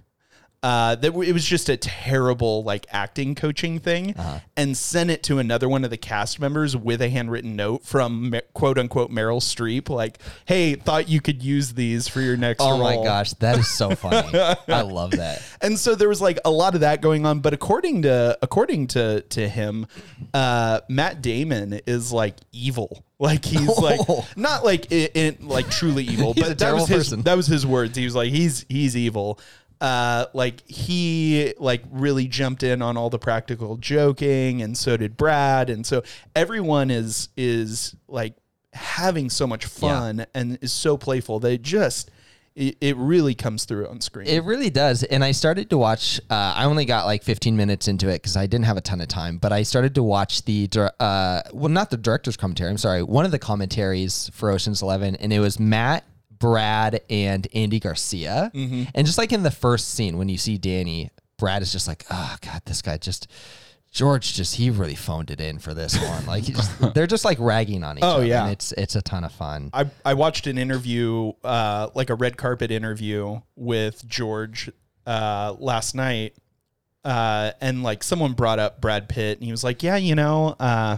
Uh, that w- it was just a terrible like acting coaching thing, Uh-huh. and sent it to another one of the cast members with a handwritten note from Ma- quote unquote Meryl Streep, like, "Hey, thought you could use these for your next Oh role." my gosh, that is so funny. I love that. and so there was like a lot of that going on but according to according to to him uh matt damon is like evil like he's like not like in, in like truly evil He's a but that was terrible his person. that was his words he was like he's he's evil uh, like he like really jumped in on all the practical joking and so did brad and so everyone is is like having so much fun and is so playful they just it, it really comes through on screen It really does. And I started to watch. Uh, I only got like 15 minutes into it because I didn't have a ton of time. But I started to watch the dir- uh, well, not the director's commentary. I'm sorry, one of the commentaries for Ocean's Eleven, and it was Matt. Brad and Andy Garcia. Mm-hmm. And just like in the first scene, when you see Danny, Brad is just like, oh, God, this guy just, George just, he really phoned it in for this one. Like, he just, they're just like ragging on each Oh, other. yeah. And it's, it's a ton of fun. I, I watched an interview, uh, like a red carpet interview with George uh, last night. Uh, and like someone brought up Brad Pitt and he was like, yeah, you know, uh,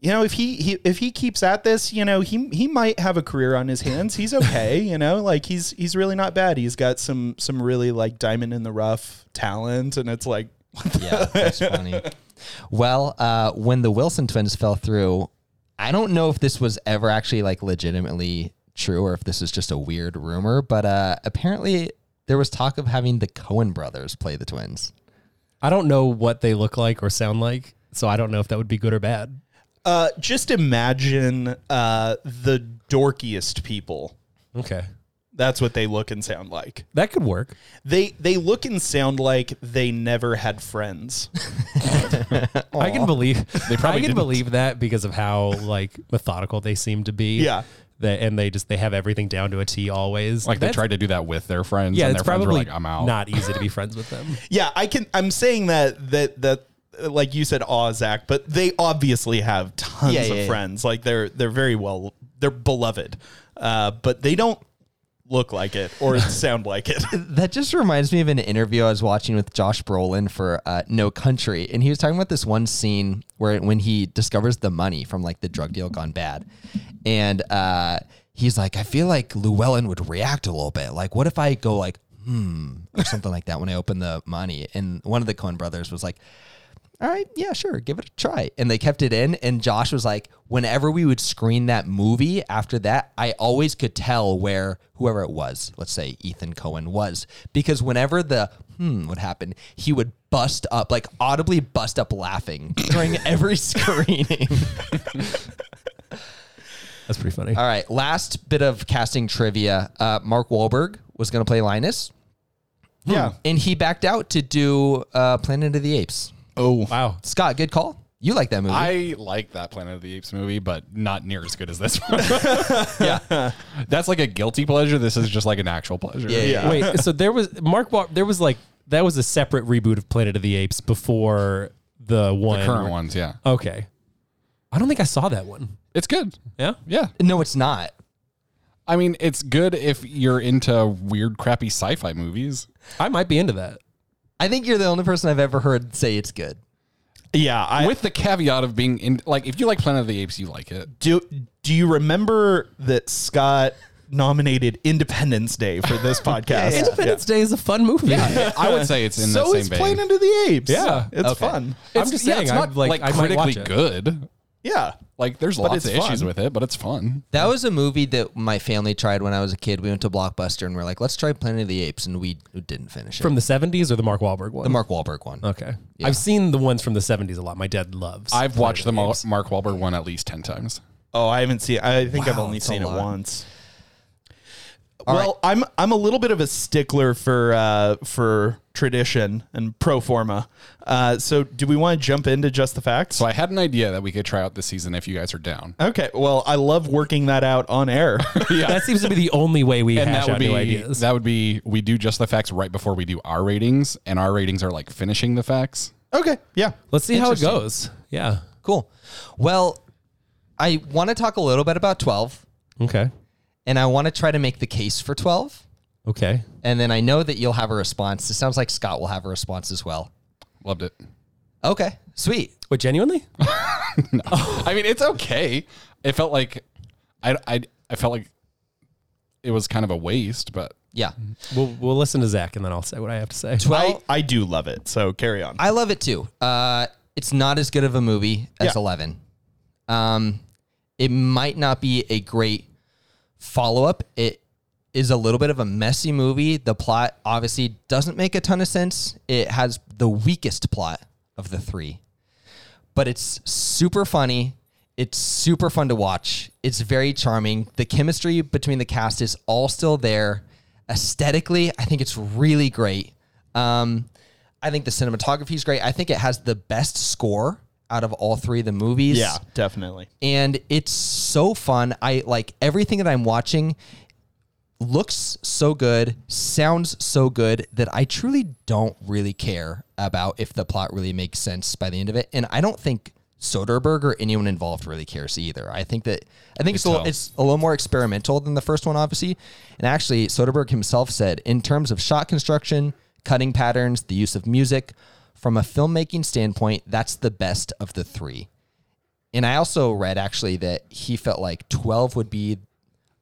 you know, if he, he if he keeps at this, you know, he he might have a career on his hands. He's okay, you know, like he's he's really not bad. He's got some some really like diamond in the rough talent, and it's like, yeah, that's funny. Well, uh, when the Wilson twins fell through, I don't know if this was ever actually like legitimately true or if this is just a weird rumor, but uh, apparently there was talk of having the Cohen brothers play the twins. I don't know what they look like or sound like, so I don't know if that would be good or bad. uh, just imagine uh, the dorkiest people. Okay, That's what they look and sound like. that could work. They they look and sound like they never had friends. I can believe they probably I can didn't. believe that because of how like methodical they seem to be. Yeah. They, and they just they have everything down to a T always. Like they That's- tried to do that with their friends. Yeah, and it's their friends were probably like, I'm out. not easy to be friends with them. yeah, I can. I'm saying that that that uh, like you said, aw, Zach, but they obviously have tons Yeah, of yeah, yeah. friends. Like they're they're very well they're beloved, uh, but they don't look like it or sound like it. That just reminds me of an interview I was watching with Josh Brolin for uh, No Country, and he was talking about this one scene where when he discovers the money from like the drug deal gone bad, and uh, he's like, "I feel like Llewellyn would react a little bit. Like, what if I go like, hmm, or something like that when I open the money?" And one of the Coen brothers was like, all right, yeah, sure, give it a try. And they kept it in. And Josh was like, whenever we would screen that movie after that, I always could tell where whoever it was, let's say Ethan Cohen was, because whenever the hmm would happen, he would bust up, like audibly bust up laughing during every screening. That's pretty funny. All right, last bit of casting trivia. Uh, Mark Wahlberg was going to play Linus. Yeah. And he backed out to do uh, Planet of the Apes. Oh, Wow. Scott, good call. You like that movie? I like that Planet of the Apes movie, but not near as good as this one. yeah, that's like a guilty pleasure. This is just like an actual pleasure. yeah, yeah. Wait, so there was Mark. Wa- there was like that was a separate reboot of Planet of the Apes before the one. the current ones. Yeah, Okay. I don't think I saw that one. it's good. Yeah. Yeah, No, it's not. I mean, it's good if you're into weird, crappy sci-fi movies. I might be into that. I think you're the only person I've ever heard say it's good. Yeah, I, with the caveat of being in like if you like Planet of the Apes, you like it. do do you remember that Scott nominated Independence Day for this podcast? Independence Day is a fun movie. I would say it's in So the is same vein. Planet of the Apes. Yeah. it's Okay. fun. I'm just saying, it's I'd not like- like, I might watch critically it. good. Yeah, Like there's lots it's of issues fun. with it, but it's fun. That was a movie that my family tried when I was a kid. We went to Blockbuster and we are like, let's try Planet of the Apes, and we didn't finish it. From the 70s or the Mark Wahlberg one? the Mark Wahlberg one. Okay. I've seen the ones from the 70s a lot. My dad loves. I've watched the Mar- Mark Wahlberg one at least ten times. Oh, I haven't seen. I think I've Wow, only it's a seen it lot. once. well, I'm I'm a little bit of a stickler for uh, for tradition and pro forma. Uh, so, do we want to jump into just the facts? So I had an idea that we could try out this season if you guys are down. okay. Well, I love working that out on air. That seems to be the only way we And hash that would out be new ideas. that would be we do just the facts right before we do our ratings, and our ratings are like finishing the facts. okay. Yeah. Let's see how it goes. Yeah. Cool. Well, I want to talk a little bit about 12, Okay. and I want to try to make the case for 12. Okay. And then I know that you'll have a response. It sounds like Scott will have a response as well. Loved it. Okay, sweet. Wait, genuinely? I mean, it's okay. It felt like I I I felt like it was kind of a waste, but Yeah. we'll, we'll listen to Zach and then I'll say what I have to say. 12, I, I do love it. So carry on. I love it too. Uh, it's not as good of a movie as Yeah. 11. Um, it might not be a great follow up. It is a little bit of a messy movie. The plot obviously doesn't make a ton of sense. It has the weakest plot of the three, but it's super funny. It's super fun to watch. It's very charming. The chemistry between the cast is all still there. Aesthetically, I think it's really great. Um, I think the cinematography is great. I think it has the best score out of all three of the movies yeah, definitely. and it's so fun. I like everything that I'm watching looks so good, sounds so good that I truly don't really care about if the plot really makes sense by the end of it. And I don't think Soderbergh or anyone involved really cares either. I think that I think it's a, little, it's a little more experimental than the first one, obviously. And actually, Soderbergh himself said, in terms of shot construction, cutting patterns, the use of music, from a filmmaking standpoint, that's the best of the three. And I also read actually that he felt like 12 would be,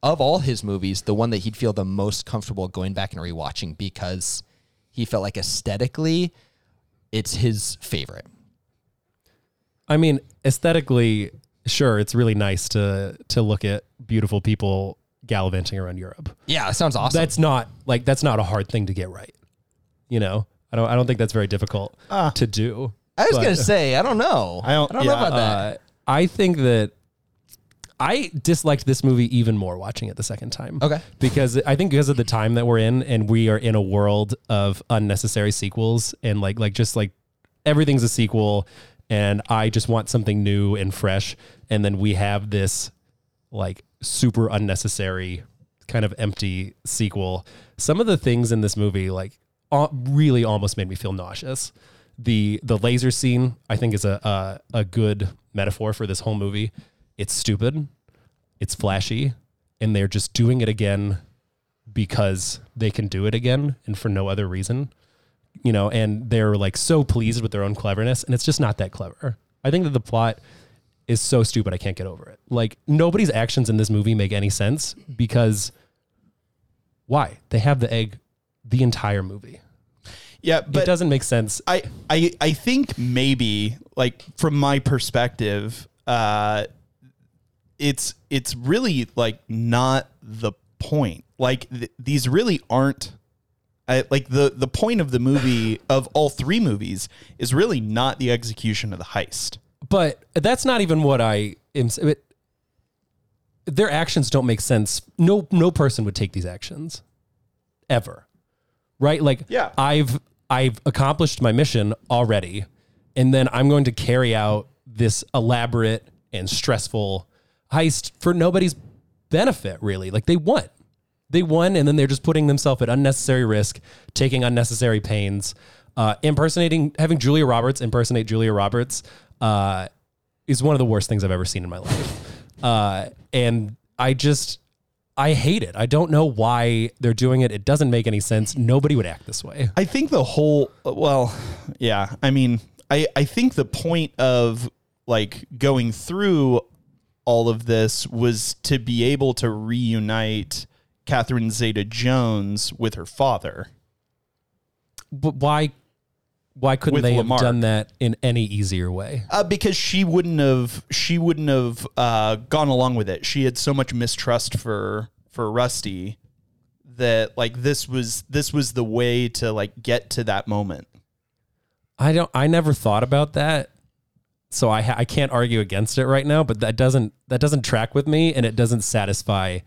of all his movies, the one that he'd feel the most comfortable going back and rewatching because he felt like aesthetically it's his favorite. I mean, aesthetically, sure, it's really nice to to look at beautiful people gallivanting around Europe. Yeah, it sounds awesome. That's not like that's not a hard thing to get right. You know, I don't I don't think that's very difficult to do. Ah. I was but- going to say, I don't know. I don't- know yeah, about that. Uh, I think that I disliked this movie even more watching it the second time. Okay. Because I think because of the time that we're in and we are in a world of unnecessary sequels and like like just like everything's a sequel and I just want something new and fresh and then we have this like super unnecessary kind of empty sequel. Some of the things in this movie like al- really almost made me feel nauseous. The the laser scene I think is a a, a good metaphor for this whole movie. It's stupid, it's flashy, and they're just doing it again because they can do it again and for no other reason. You know, and they're like so pleased with their own cleverness and it's just not that clever. I think that the plot is so stupid I can't get over it. Like nobody's actions in this movie make any sense because why? They have the egg the entire movie. Yeah, but it doesn't make sense. I, I I think maybe like from my perspective, uh, it's it's really like not the point. Like th- these really aren't. I, like the the point of the movie of all three movies is really not the execution of the heist. But that's not even what I am s- it, their actions don't make sense. No no person would take these actions ever. Right? Like Yeah. I've I've accomplished my mission already and then I'm going to carry out this elaborate and stressful heist for nobody's benefit, really. Like they won. They won, and then they're just putting themselves at unnecessary risk, taking unnecessary pains, uh, impersonating, having Julia Roberts impersonate Julia Roberts. Uh, is one of the worst things I've ever seen in my life. Uh, and I just, I hate it. I don't know why they're doing it. It doesn't make any sense. Nobody would act this way. I think the whole well, yeah. I mean, I I think the point of like going through all of this was to be able to reunite Catherine Zeta-Jones with her father. But why, why couldn't With they Lamarck. have done that in any easier way? Uh, because she wouldn't have she wouldn't have uh, gone along with it. She had so much mistrust for for Rusty that like this was this was the way to like get to that moment. I don't. I never thought about that, so I ha- I can't argue against it right now. But that doesn't that doesn't track with me, and it doesn't satisfy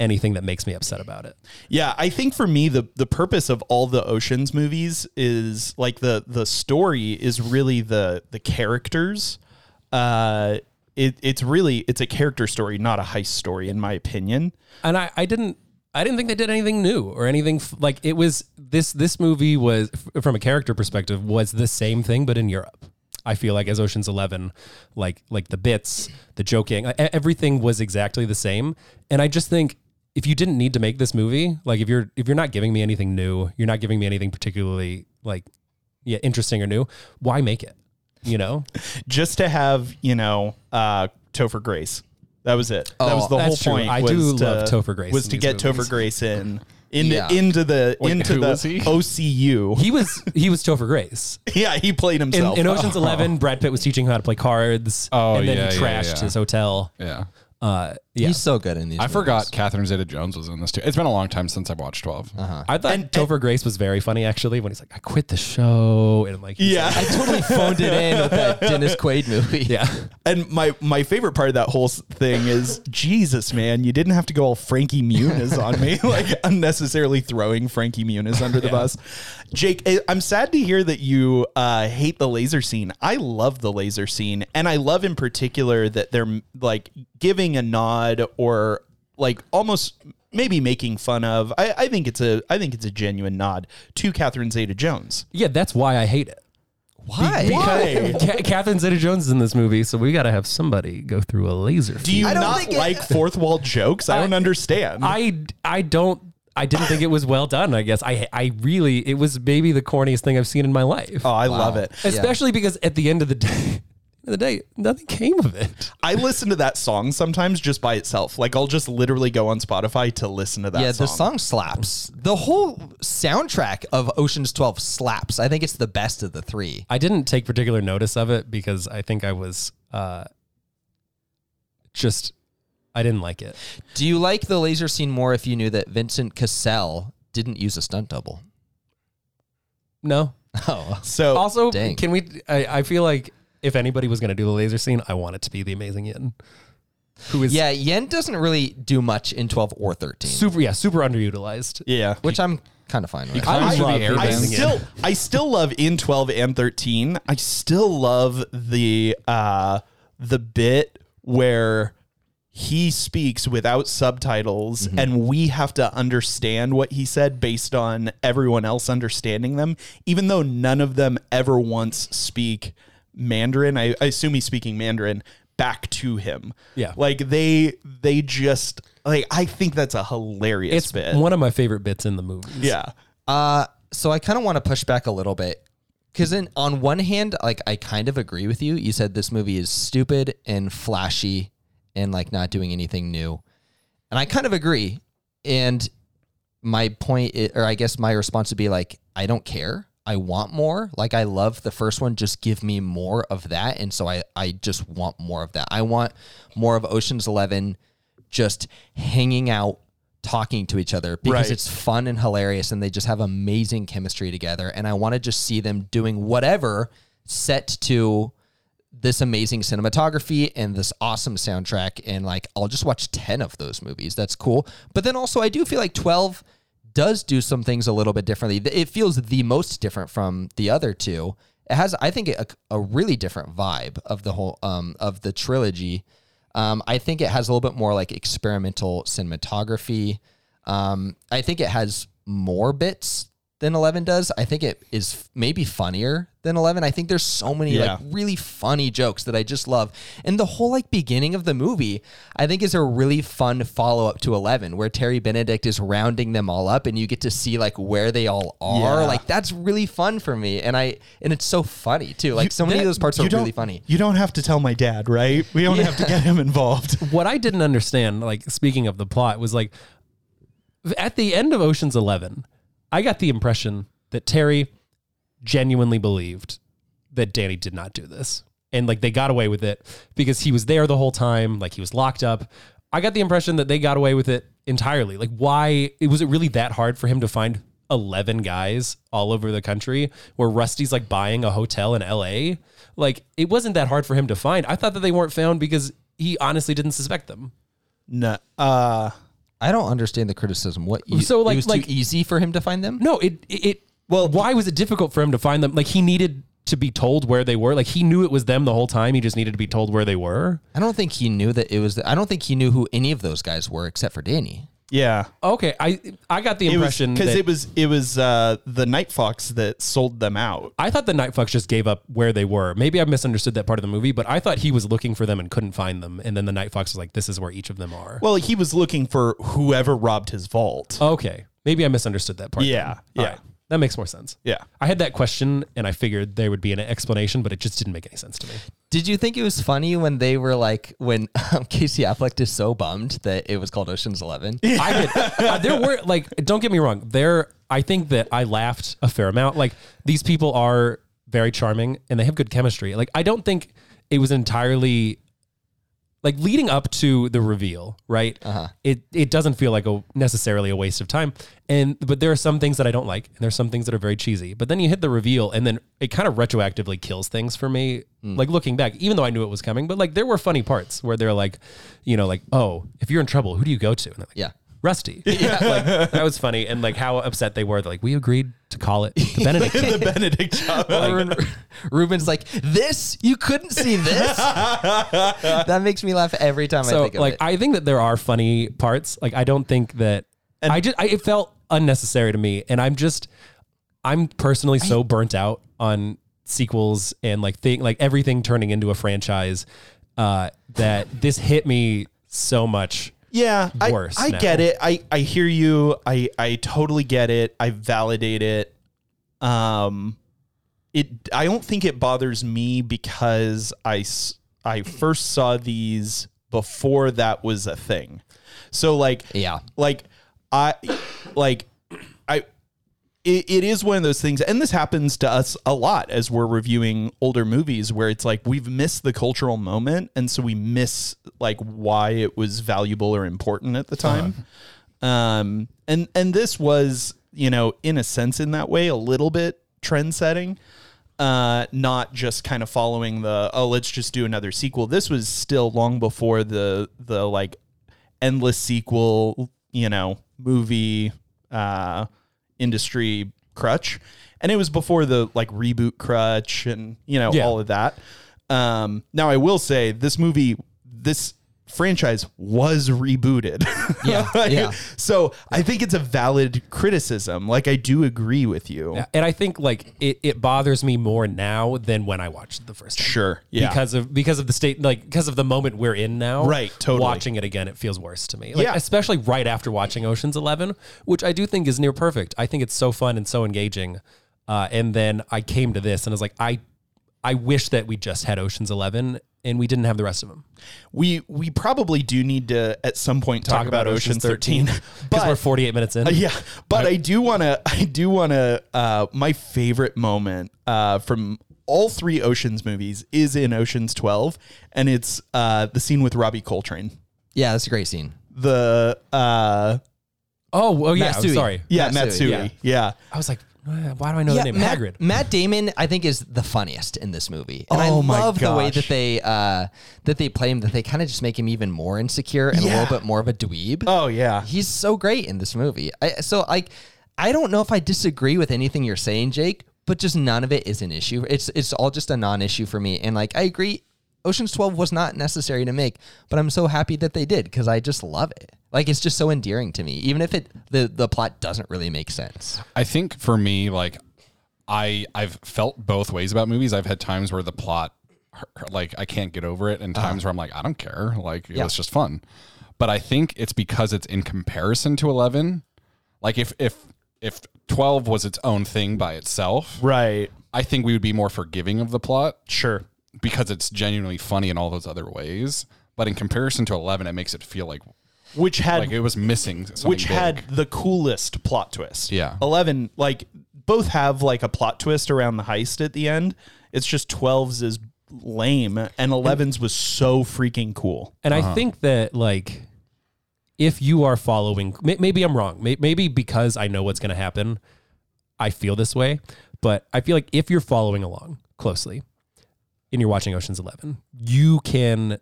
anything that makes me upset about it. Yeah, I think for me the the purpose of all the Oceans movies is like the the story is really the the characters. Uh it, it's really it's a character story, not a heist story, in my opinion. and I, I didn't I didn't think they did anything new or anything f- like it was this this movie was f- from a character perspective was the same thing but in Europe. I feel like as Ocean's 11 like like the bits, the joking, e- everything was exactly the same and I just think if you didn't need to make this movie, like if you're if you're not giving me anything new, you're not giving me anything particularly like yeah, interesting or new, why make it? You know? Just to have you know uh, Topher Grace, that was it. that was the whole Oh, that's true. point. I was do to- love Topher Grace Was in to these get movies. Topher Grace in into Yeah. into the into who the was he? OCU. He was he was Topher Grace. yeah, he played in, himself. in Ocean's Eleven, Brad Pitt was teaching him how to play cards. Oh, and then yeah, he yeah, trashed yeah. his hotel. Yeah. Uh, yeah, He's so good in these. I movies. forgot Catherine Zeta Jones was in this too. It's been a long time since I've watched 12. I thought and- Topher Grace was very funny actually when he's like, "I quit the show," and I'm like, he's yeah, like, I totally phoned it in with that Dennis Quaid movie. yeah, And my my favorite part of that whole s- thing is Jesus, man, you didn't have to go all Frankie Muniz on me, like unnecessarily throwing Frankie Muniz under the bus. Jake, I- I'm sad to hear that you uh, hate the laser scene. I love the laser scene, and I love in particular that they're like giving a nod or like almost maybe making fun of. I, I think it's a I think it's a genuine nod to Catherine Zeta Jones. yeah. That's why I hate it. Why? Why? Ca- Catherine Zeta-Jones is in this movie, so we got to have somebody go through a laser. Do you fuse. don't not think it- like fourth wall jokes? I, don't I- understand. I I don't. I didn't think it was well done. I guess I I really it was maybe the corniest thing I've seen in my life. oh, I love it. Especially because at the end of the day, the day nothing came of it. I listen to that song sometimes just by itself. Like I'll just literally go on Spotify to listen to that yeah, song. the song slaps. The whole soundtrack of Ocean's 12 slaps. I think it's the best of the three. I didn't take particular notice of it because I think I was uh, just I didn't like it. Do you like the laser scene more if you knew that Vincent Cassell didn't use a stunt double? No. Oh, So Also, dang. can we? I, I feel like if anybody was going to do the laser scene, I want it to be the Amazing Yin, who is yeah. Yen doesn't really do much in 12 or 13, super yeah super underutilized. yeah. which I'm kind of fine with. I I Climbs through love the air the I vents. Amazing Yin. still I still love in 12 and 13. I still love the uh the bit where he speaks without subtitles Mm-hmm. and we have to understand what he said based on everyone else understanding them even though none of them ever once speak mandarin i, I assume he's speaking mandarin back to him Yeah. like they they just like i think that's a hilarious It's bit one of my favorite bits in the movie. yeah Uh, so I kind of want to push back a little bit because on one hand, like I kind of agree with you. You said this movie is stupid and flashy and like not doing anything new, and I kind of agree. And my point, i or I guess my response would be like, I don't care. I want more. Like I love the first one. Just give me more of that. And so I, I just want more of that. I want more of Ocean's Eleven, just hanging out, talking to each other because Right. it's fun and hilarious, and they just have amazing chemistry together. And I want to just see them doing whatever set to this amazing cinematography and this awesome soundtrack and like I'll just watch 10 of those movies. That's cool. But then also I do feel like 12 does do some things a little bit differently. It feels the most different from the other two It has, I think, a, a really different vibe of the whole um, of the trilogy. Um, I think it has a little bit more like experimental cinematography. Um, I think it has more bits than Eleven does. I think it is f- maybe funnier than Eleven. I think there's so many like Yeah. really funny jokes that I just love. And the whole like beginning of the movie, I think is a really fun follow up to 11 where Terry Benedict is rounding them all up and you get to see like where they all are. Yeah. Like that's really fun for me and I and it's so funny too. Like so many of those parts are You don't- really funny. You don't have to tell my dad, right? We don't have to get him involved. what I didn't understand, like speaking of the plot, was like at the end of Ocean's Eleven, I got the impression that Terry genuinely believed that Danny did not do this. And like they got away with it because he was there the whole time, like he was locked up. I got the impression that they got away with it entirely. Like why it was it really that hard for him to find 11 guys all over the country where Rusty's like buying a hotel in LA? Like it wasn't that hard for him to find. I thought that they weren't found because he honestly didn't suspect them. No. Uh, I don't understand the criticism. What you, So, like- it was like- too easy for him to find them? No, it it, it well, why was it difficult for him to find them? Like he needed to be told where they were. Like he knew it was them the whole time. He just needed to be told where they were. I don't think he knew that it was I don't think he knew who any of those guys were except for Danny. yeah. Okay, I I got the It was impression because that it was it was uh, the Night Fox that sold them out. I thought the Night Fox just gave up where they were. Maybe I misunderstood that part of the movie, but I thought he was looking for them and couldn't find them. And then the Night Fox was like, "This is where each of them are." Well, he was looking for whoever robbed his vault. okay, maybe I misunderstood that part. Yeah, then. All yeah. right. that makes more sense. Yeah. I had that question and I figured there would be an explanation, but it just didn't make any sense to me. Did you think it was funny when they were like when um, Casey Affleck is so bummed that it was called Ocean's 11? I did. Uh, there were like, don't get me wrong. There, I think that I laughed a fair amount. Like these people are very charming and they have good chemistry. Like I don't think it was entirely like leading up to the reveal, right? Uh-huh. It it doesn't feel like a necessarily a waste of time. And but there are some things that I don't like, and there's some things that are very cheesy. But then you hit the reveal, and then it kind of retroactively kills things for me. Like looking back, even though I knew it was coming, but like there were funny parts where they're like, you know, like oh, if you're in trouble, who do you go to? And they're like, Yeah. Rusty. Yeah, like, that was funny, and like how upset they were. They're like, we agreed to call it the Benedict. the Benedict job. Ruben, Ruben's like, this? You couldn't see this? that makes me laugh every time I so think of like it. I think that there are funny parts. Like I don't think that I just I, it felt unnecessary to me, and I'm just I'm personally so burnt out on sequels and like thing like everything turning into a franchise uh, that this hit me so much. yeah, I, worse I now. get it. I I hear you. I I totally get it. I validate it. Um, it. I don't think it bothers me because I s- I first saw these before that was a thing. So like yeah. like I like I it, it is one of those things and this happens to us a lot as we're reviewing older movies where it's like we've missed the cultural moment and so we miss like why it was valuable or important at the time um and and this was you know in a sense in that way a little bit trend setting uh not just kind of following the oh let's just do another sequel this was still long before the the like endless sequel you know movie uh industry crutch and it was before the like reboot crutch and you know Yeah. all of that um now i will say this movie this franchise was rebooted yeah, yeah. so i think it's a valid criticism like i do agree with you And I think like it, it bothers me more now than when I watched it the first time. sure yeah because of because of the state like because of the moment we're in now Right, totally. watching it again it feels worse to me like, Yeah. especially right after watching oceans 11 which i do think is near perfect i think it's so fun and so engaging uh, and then i came to this and i was like i i wish that we just had oceans 11 and we didn't have the rest of them we we probably do need to at some point talk, about, ocean 13, because but Uh, we're 48 minutes in yeah but i do want to i do want to uh my favorite moment uh from all three oceans movies is in oceans 12 and it's uh the scene with robbie coltrane Yeah, that's a great scene. the uh oh oh yeah Matsui. i'm sorry yeah Matsui, matsui, yeah. i was like eh, why do i know the name Matt, hagrid Matt Damon, I think, is the funniest in this movie, and I Oh my love the way that gosh. they uh, that they play him. That they kind of just make him even more insecure and a Yeah. little bit more of a dweeb. oh yeah He's so great in this movie. I, so like, I don't know if I disagree with anything you're saying, Jake, but just none of it is an issue. It's it's all just a non-issue for me. And like I agree, Ocean's Twelve was not necessary to make, but I'm so happy that they did because I just love it. Like it's just so endearing to me, even if it the the plot doesn't really make sense. I think for me, like I I've felt both ways about movies. I've had times where the plot, like I can't get over it, and times where I'm like, I don't care. Like it was just fun. But I think it's because it's in comparison to Eleven. Like if if if Twelve was its own thing by itself, Right. I think we would be more forgiving of the plot Sure. because it's genuinely funny in all those other ways. But in comparison to Eleven, it makes it feel like Which had like it was missing something. which big. had the coolest plot twist. Yeah. 11 like both have like a plot twist around the heist at the end. It's just 12's is lame and 11's was so freaking cool. And I think that like if you are following may- maybe I'm wrong. May- Maybe because I know what's going to happen, I feel this way, but I feel like if you're following along closely and you're watching Ocean's 11, you can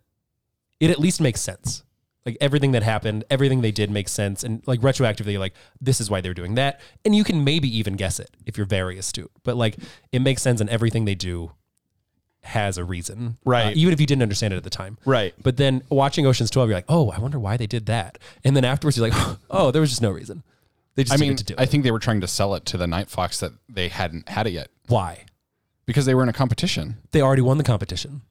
it at least makes sense. Like everything that happened, everything they did makes sense and like retroactively you're like this is why they're doing that and you can maybe even guess it if you're very astute. But like it makes sense and everything they do has a reason. Right. Uh, even if you didn't understand it at the time. Right. But then watching Ocean's 12, you're like, oh, I wonder why they did that. And then afterwards, you're like, oh, there was just no reason. They just I did mean, it to do I it. think they were trying to sell it to the Night Fox that they hadn't had it yet Why? because they were in a competition. They already won the competition.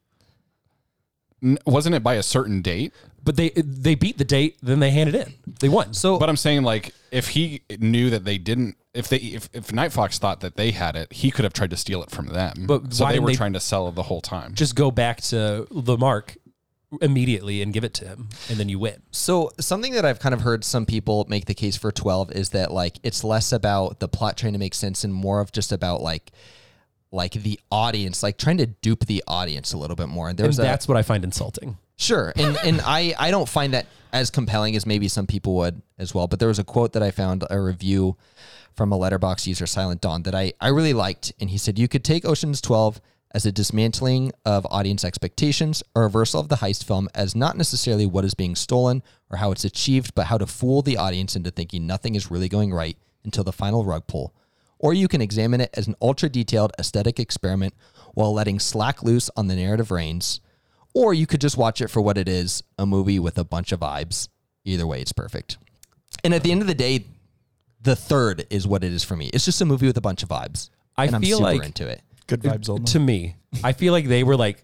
N- wasn't it by a certain date? But they they beat the date, then they handed in. They won. So But I'm saying like if he knew that they didn't, if they if, if Night Fox thought that they had it, he could have tried to steal it from them. But so why they didn't were they- trying to sell it the whole time. just go back to the mark immediately and give it to him, and then you win. So something that I've kind of heard some people make the case for 12 is that like it's less about the plot trying to make sense and more of just about like like the audience, like trying to dupe the audience a little bit more. And there And was a that's what I find insulting. Sure, and and I I don't find that as compelling as maybe some people would as well. But there was a quote that I found a review from a letterbox user Silent Dawn that I I really liked, and he said you could take Ocean's Twelve as a dismantling of audience expectations, a reversal of the heist film as not necessarily what is being stolen or how it's achieved, but how to fool the audience into thinking nothing is really going right until the final rug pull or you can examine it as an ultra detailed aesthetic experiment while letting slack loose on the narrative reins, or you could just watch it for what it is a movie with a bunch of vibes. Either way, it's perfect. And at the end of the day, the third is what it is for me. It's just a movie with a bunch of vibes. I and feel I'm super like- into it. Good vibes only. To me, I feel like they were like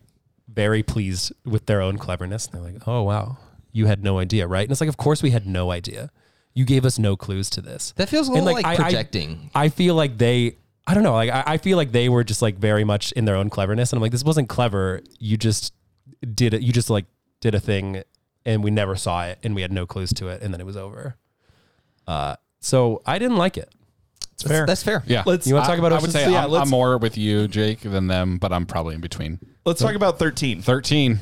very pleased with their own cleverness. And they're like, oh, wow, you had no idea, right? And it's like, of course we had no idea. You gave us no clues to this. That feels a And, little like, I- I- projecting. I, feel like they, I don't know, like I, I feel like they were just like very much in their own cleverness, and I'm like, this wasn't clever. You just did it. You just like did a thing, and we never saw it, and we had no clues to it, and then it was over. Uh, so I didn't like it. that's, fair. that's fair. yeah, Let's- You wanna talk about I, I would Ocean's- say yeah, I'm, let's- I'm more with you, Jake, than them, but I'm probably in between. Let's talk about 13. Thirteen.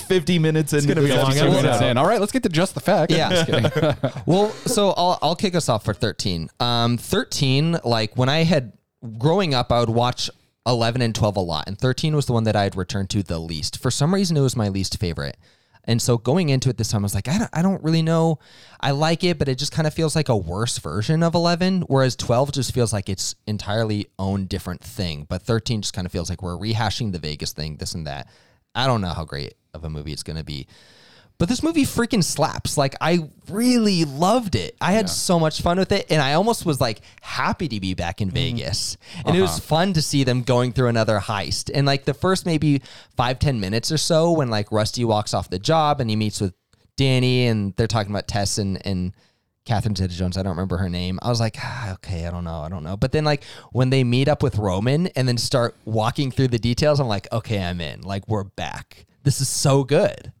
50 minutes into gonna be a the long episode. episode. Minutes in. All right, let's get to just the fact. Yeah. Just kidding. well, so I'll I'll kick us off for thirteen. Um, thirteen, like when I had growing up, I would watch eleven and twelve a lot, and thirteen was the one that I had returned to the least. For some reason, it was my least favorite. And so going into it this time, I was like, I don't, I don't really know. I like it, but it just kind of feels like a worse version of 11, whereas 12 just feels like its entirely own different thing. But 13 just kind of feels like we're rehashing the Vegas thing, this and that. I don't know how great of a movie it's going to be. But this movie freaking slaps. Like I really loved it. I had so much fun with it and I almost was like happy to be back in Vegas. And it was fun to see them going through another heist. And like the first maybe five, ten minutes or so when like Rusty walks off the job and he meets with Danny and they're talking about Tess and, and Catherine Zeta Jones. I don't remember her name. I was like, ah, okay, I don't know. I don't know. But then, like, when they meet up with Roman and then start walking through the details, I'm like, okay, I'm in. Like, we're back. This is so good.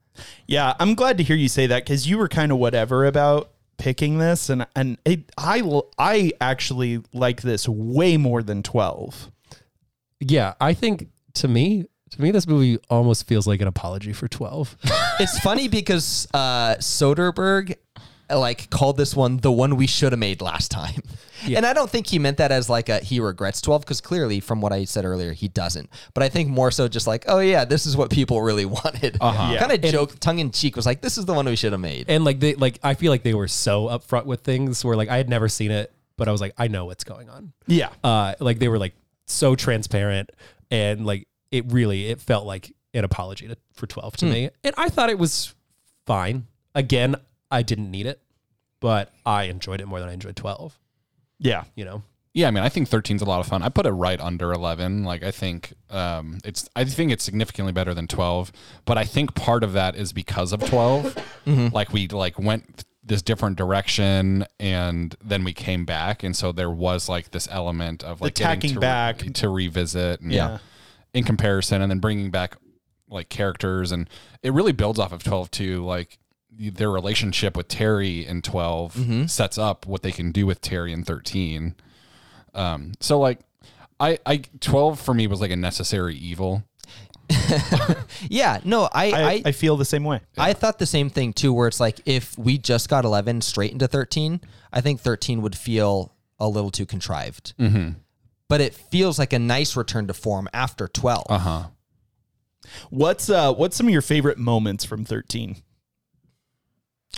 Yeah, I'm glad to hear you say that because you were kind of whatever about picking this, and and it, I l- I actually like this way more than twelve. Yeah, I think to me, to me, this movie almost feels like an apology for Twelve. it's funny because uh, Soderbergh like called this one the one we should have made last time, and I don't think he meant that as like a he regrets twelve because clearly from what I said earlier he doesn't. But I think more so just like oh yeah this is what people really wanted. Yeah. Kind of joke tongue in cheek was like this is the one we should have made. and like they like I feel like they were so upfront with things where like I had never seen it but I was like, I know what's going on. Yeah. Uh, like they were like so transparent and like it really it felt like an apology to, for 12 to me. And I thought it was fine. Again, I didn't need it, but I enjoyed it more than I enjoyed 12, Yeah. you know. Yeah, I mean, I think 13's a lot of fun. I put it right under 11. Like, I think um, it's, I think it's significantly better than 12. But I think part of that is because of 12. Like, we like went this different direction, and then we came back, and so there was like this element of like getting tacking to re- back. to revisit. And, Yeah. in comparison, and then bringing back like characters, and it really builds off of 12 too. Like their relationship with Terry in 12 sets up what they can do with Terry in 13. Um, so like I, I 12 for me was like a necessary evil. Yeah, no, I I, I, I feel the same way. I thought the same thing too, where it's like if we just got 11 straight into 13, I think 13 would feel a little too contrived. But it feels like a nice return to form after 12. huh. What's uh what's some of your favorite moments from 13?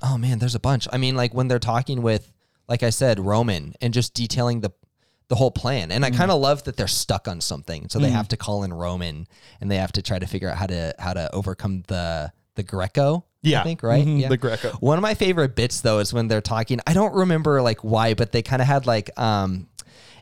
Oh man, there's a bunch. I mean, like when they're talking with, like I said, Roman and just detailing the the whole plan. And I Mm. kind of love that they're stuck on something, so they have to call in Roman and they have to try to figure out how to how to overcome the the Greco. Yeah. I think right. Mhm, Yeah. the Greco. One of my favorite bits though is when they're talking. I don't remember like why, but they kind of had like um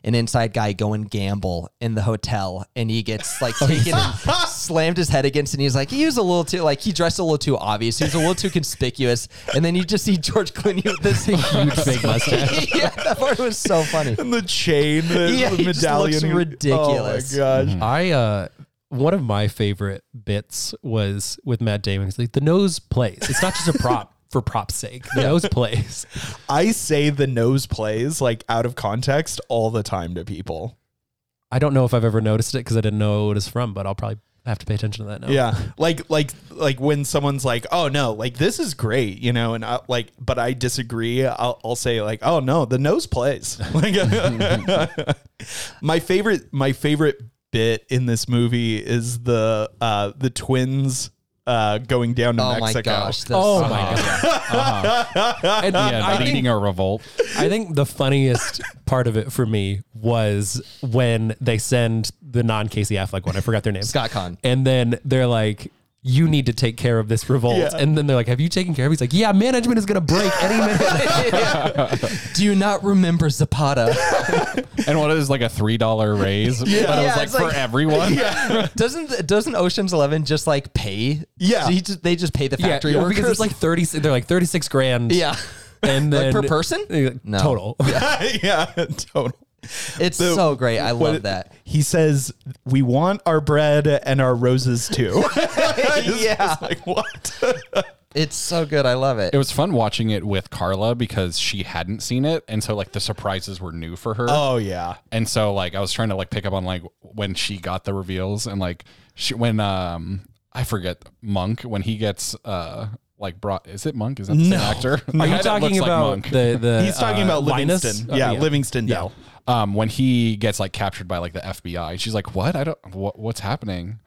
an inside guy go and gamble in the hotel, and he gets like taken and slammed his head against, and he's like, he was a little too like he dressed a little too obvious, he was a little too conspicuous, and then you just see George Clooney with this huge big mustache. yeah, that part was so funny. And the chain, the, Yeah, the he just medallion. looks ridiculous. Oh my gosh. I uh one of my favorite bits was with Matt Damon. He's like, the nose plays. It's not just a prop for prop's sake. The nose plays. I say the nose plays like out of context all the time to people. I don't know if I've ever noticed it because I didn't know what it's from, but I'll probably have to pay attention to that now. Yeah. Like like like when someone's like, "Oh no, like this is great," you know, and I, like but I disagree. I'll, I'll say like, "Oh no, the nose plays." Like My favorite my favorite bit in this movie is the uh the twins uh going down to Oh Mexico. my gosh! that's- Oh my god. And Yeah, I, think, leading a revolt. I think the funniest part of it for me was when they send the non Casey Affleck one. I forgot their name. Scott Conn. And then they're like, you need to take care of this revolt. Yeah. And then they're like, have you taken care of it? He's like, yeah, management is going to break any minute. Do you not remember Zapata? And what is like a three dollar raise? yeah, but it Yeah, was like it's for like- everyone. doesn't doesn't Ocean's Eleven just like pay? Yeah. he just, they just pay the factory yeah, workers because it's like 30, they're like 36 grand. yeah. And Like then per person? Yeah, No. Total. yeah, total. It's The- so great. I what- love that. He says, "We want our bread and our roses too." It's Yeah. just like what? It's so good. I love it. It was fun watching it with Carla because she hadn't seen it, and so like the surprises were new for her. oh yeah, and so like I was trying to like pick up on like when she got the reveals and like she, when um I forget Monk when he gets uh like brought is it Monk is that the same actor Are Like, I- you that talking looks like about Monk. the, the he's talking uh, about Linus? Livingston. Oh, yeah, Livingston Yeah. Dell. um when he gets like captured by like the FBI she's like what I don't what what's happening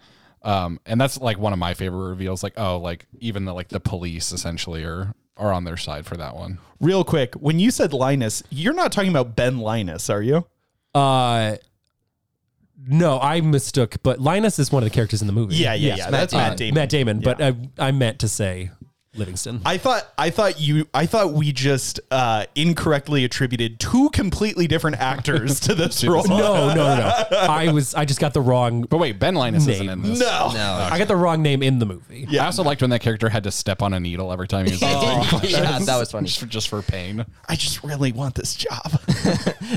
um and that's like one of my favorite reveals like oh like even the like the police essentially are are on their side for that one Real quick, when you said Linus, you're not talking about Ben Linus, are you? Uh, no, I mistook. But Linus is one of the characters in the movie. yeah. Matt Damon. Uh, Matt Damon, but I, I meant to say Livingston. I thought I thought you I thought we just uh, incorrectly attributed two completely different actors to this role. no, no, no, no. I was. I just got the wrong. but wait Ben Linus isn't Name. in this No. no. I got the wrong name in the movie. I also liked when that character had to step on a needle every time he was yeah, that was funny. just for, just for pain I just really want this job.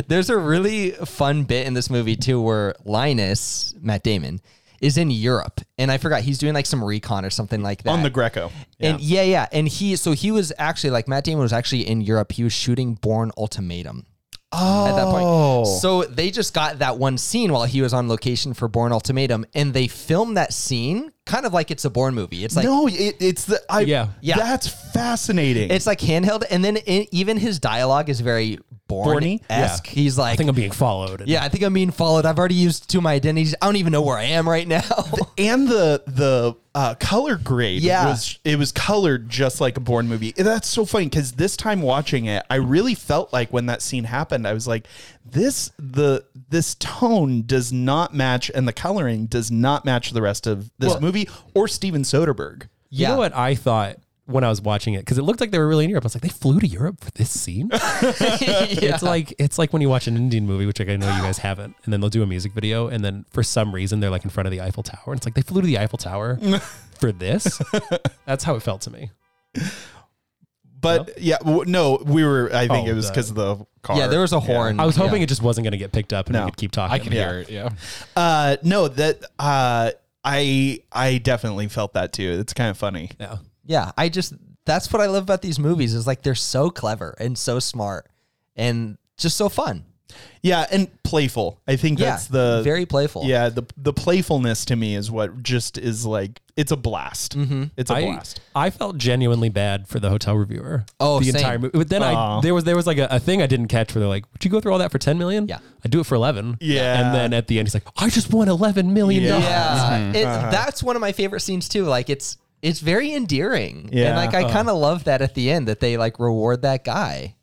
There's a really fun bit in this movie too, where Linus Matt Damon is in Europe, and I forgot he's doing like some recon or something like that On the Greco. And yeah, yeah, and he so he was actually like Matt Damon was actually in Europe. He was shooting Born Ultimatum. Oh. At that point. So they just got that one scene while he was on location for Born Ultimatum and they filmed that scene kind of like it's a Born movie. It's like no, it, it's the I Yeah. Yeah. That's fascinating. it's like handheld and then i even his dialogue is very Borny esque. He's like, I think I'm being followed. yeah, I think I'm being followed. I've already used two of my identities. I don't even know where I am right now. and the the uh, color grade Yeah. was it was colored just like a Bourne movie. And That's so funny because this time watching it, I really felt like when that scene happened, I was like, this the this tone does not match, and the coloring does not match the rest of this movie or Steven Soderbergh. You know what I thought when I was watching it because it looked like they were really in Europe. I was like, they flew to Europe for this scene. It's like it's like when you watch an Indian movie, which like I know you guys haven't, and then they'll do a music video, and then for some reason they're like in front of the Eiffel Tower, and it's like they flew to the Eiffel Tower for this. That's how it felt to me. But yeah, w- no, we were. I think Oh, it was the- because of the car. yeah, there was a horn. I was hoping Yeah. it just wasn't going to get picked up and No. we could keep talking. I can Yeah. hear it. Yeah. Uh, no, that uh, I I definitely felt that too. It's kind of funny. Yeah. Yeah, I just that's what I love about these movies is like they're so clever and so smart and just so fun. Yeah, and playful. I think Yeah, that's the very playful. Yeah, the the playfulness to me is what just is like it's a blast. Mm-hmm. It's a I, blast. I felt genuinely bad for the hotel reviewer. Oh, the same. entire movie. But then I Aw. there was there was like a, a thing I didn't catch where they're like, "Would you go through all that for ten million? Yeah. I do it for eleven. Yeah. and then at the end he's like, "I just won eleven million Yeah. dollars." Yeah, it, Uh-huh. that's one of my favorite scenes too. Like it's it's very endearing. Yeah. Uh-huh. and like I kind of love that at the end that they like reward that guy.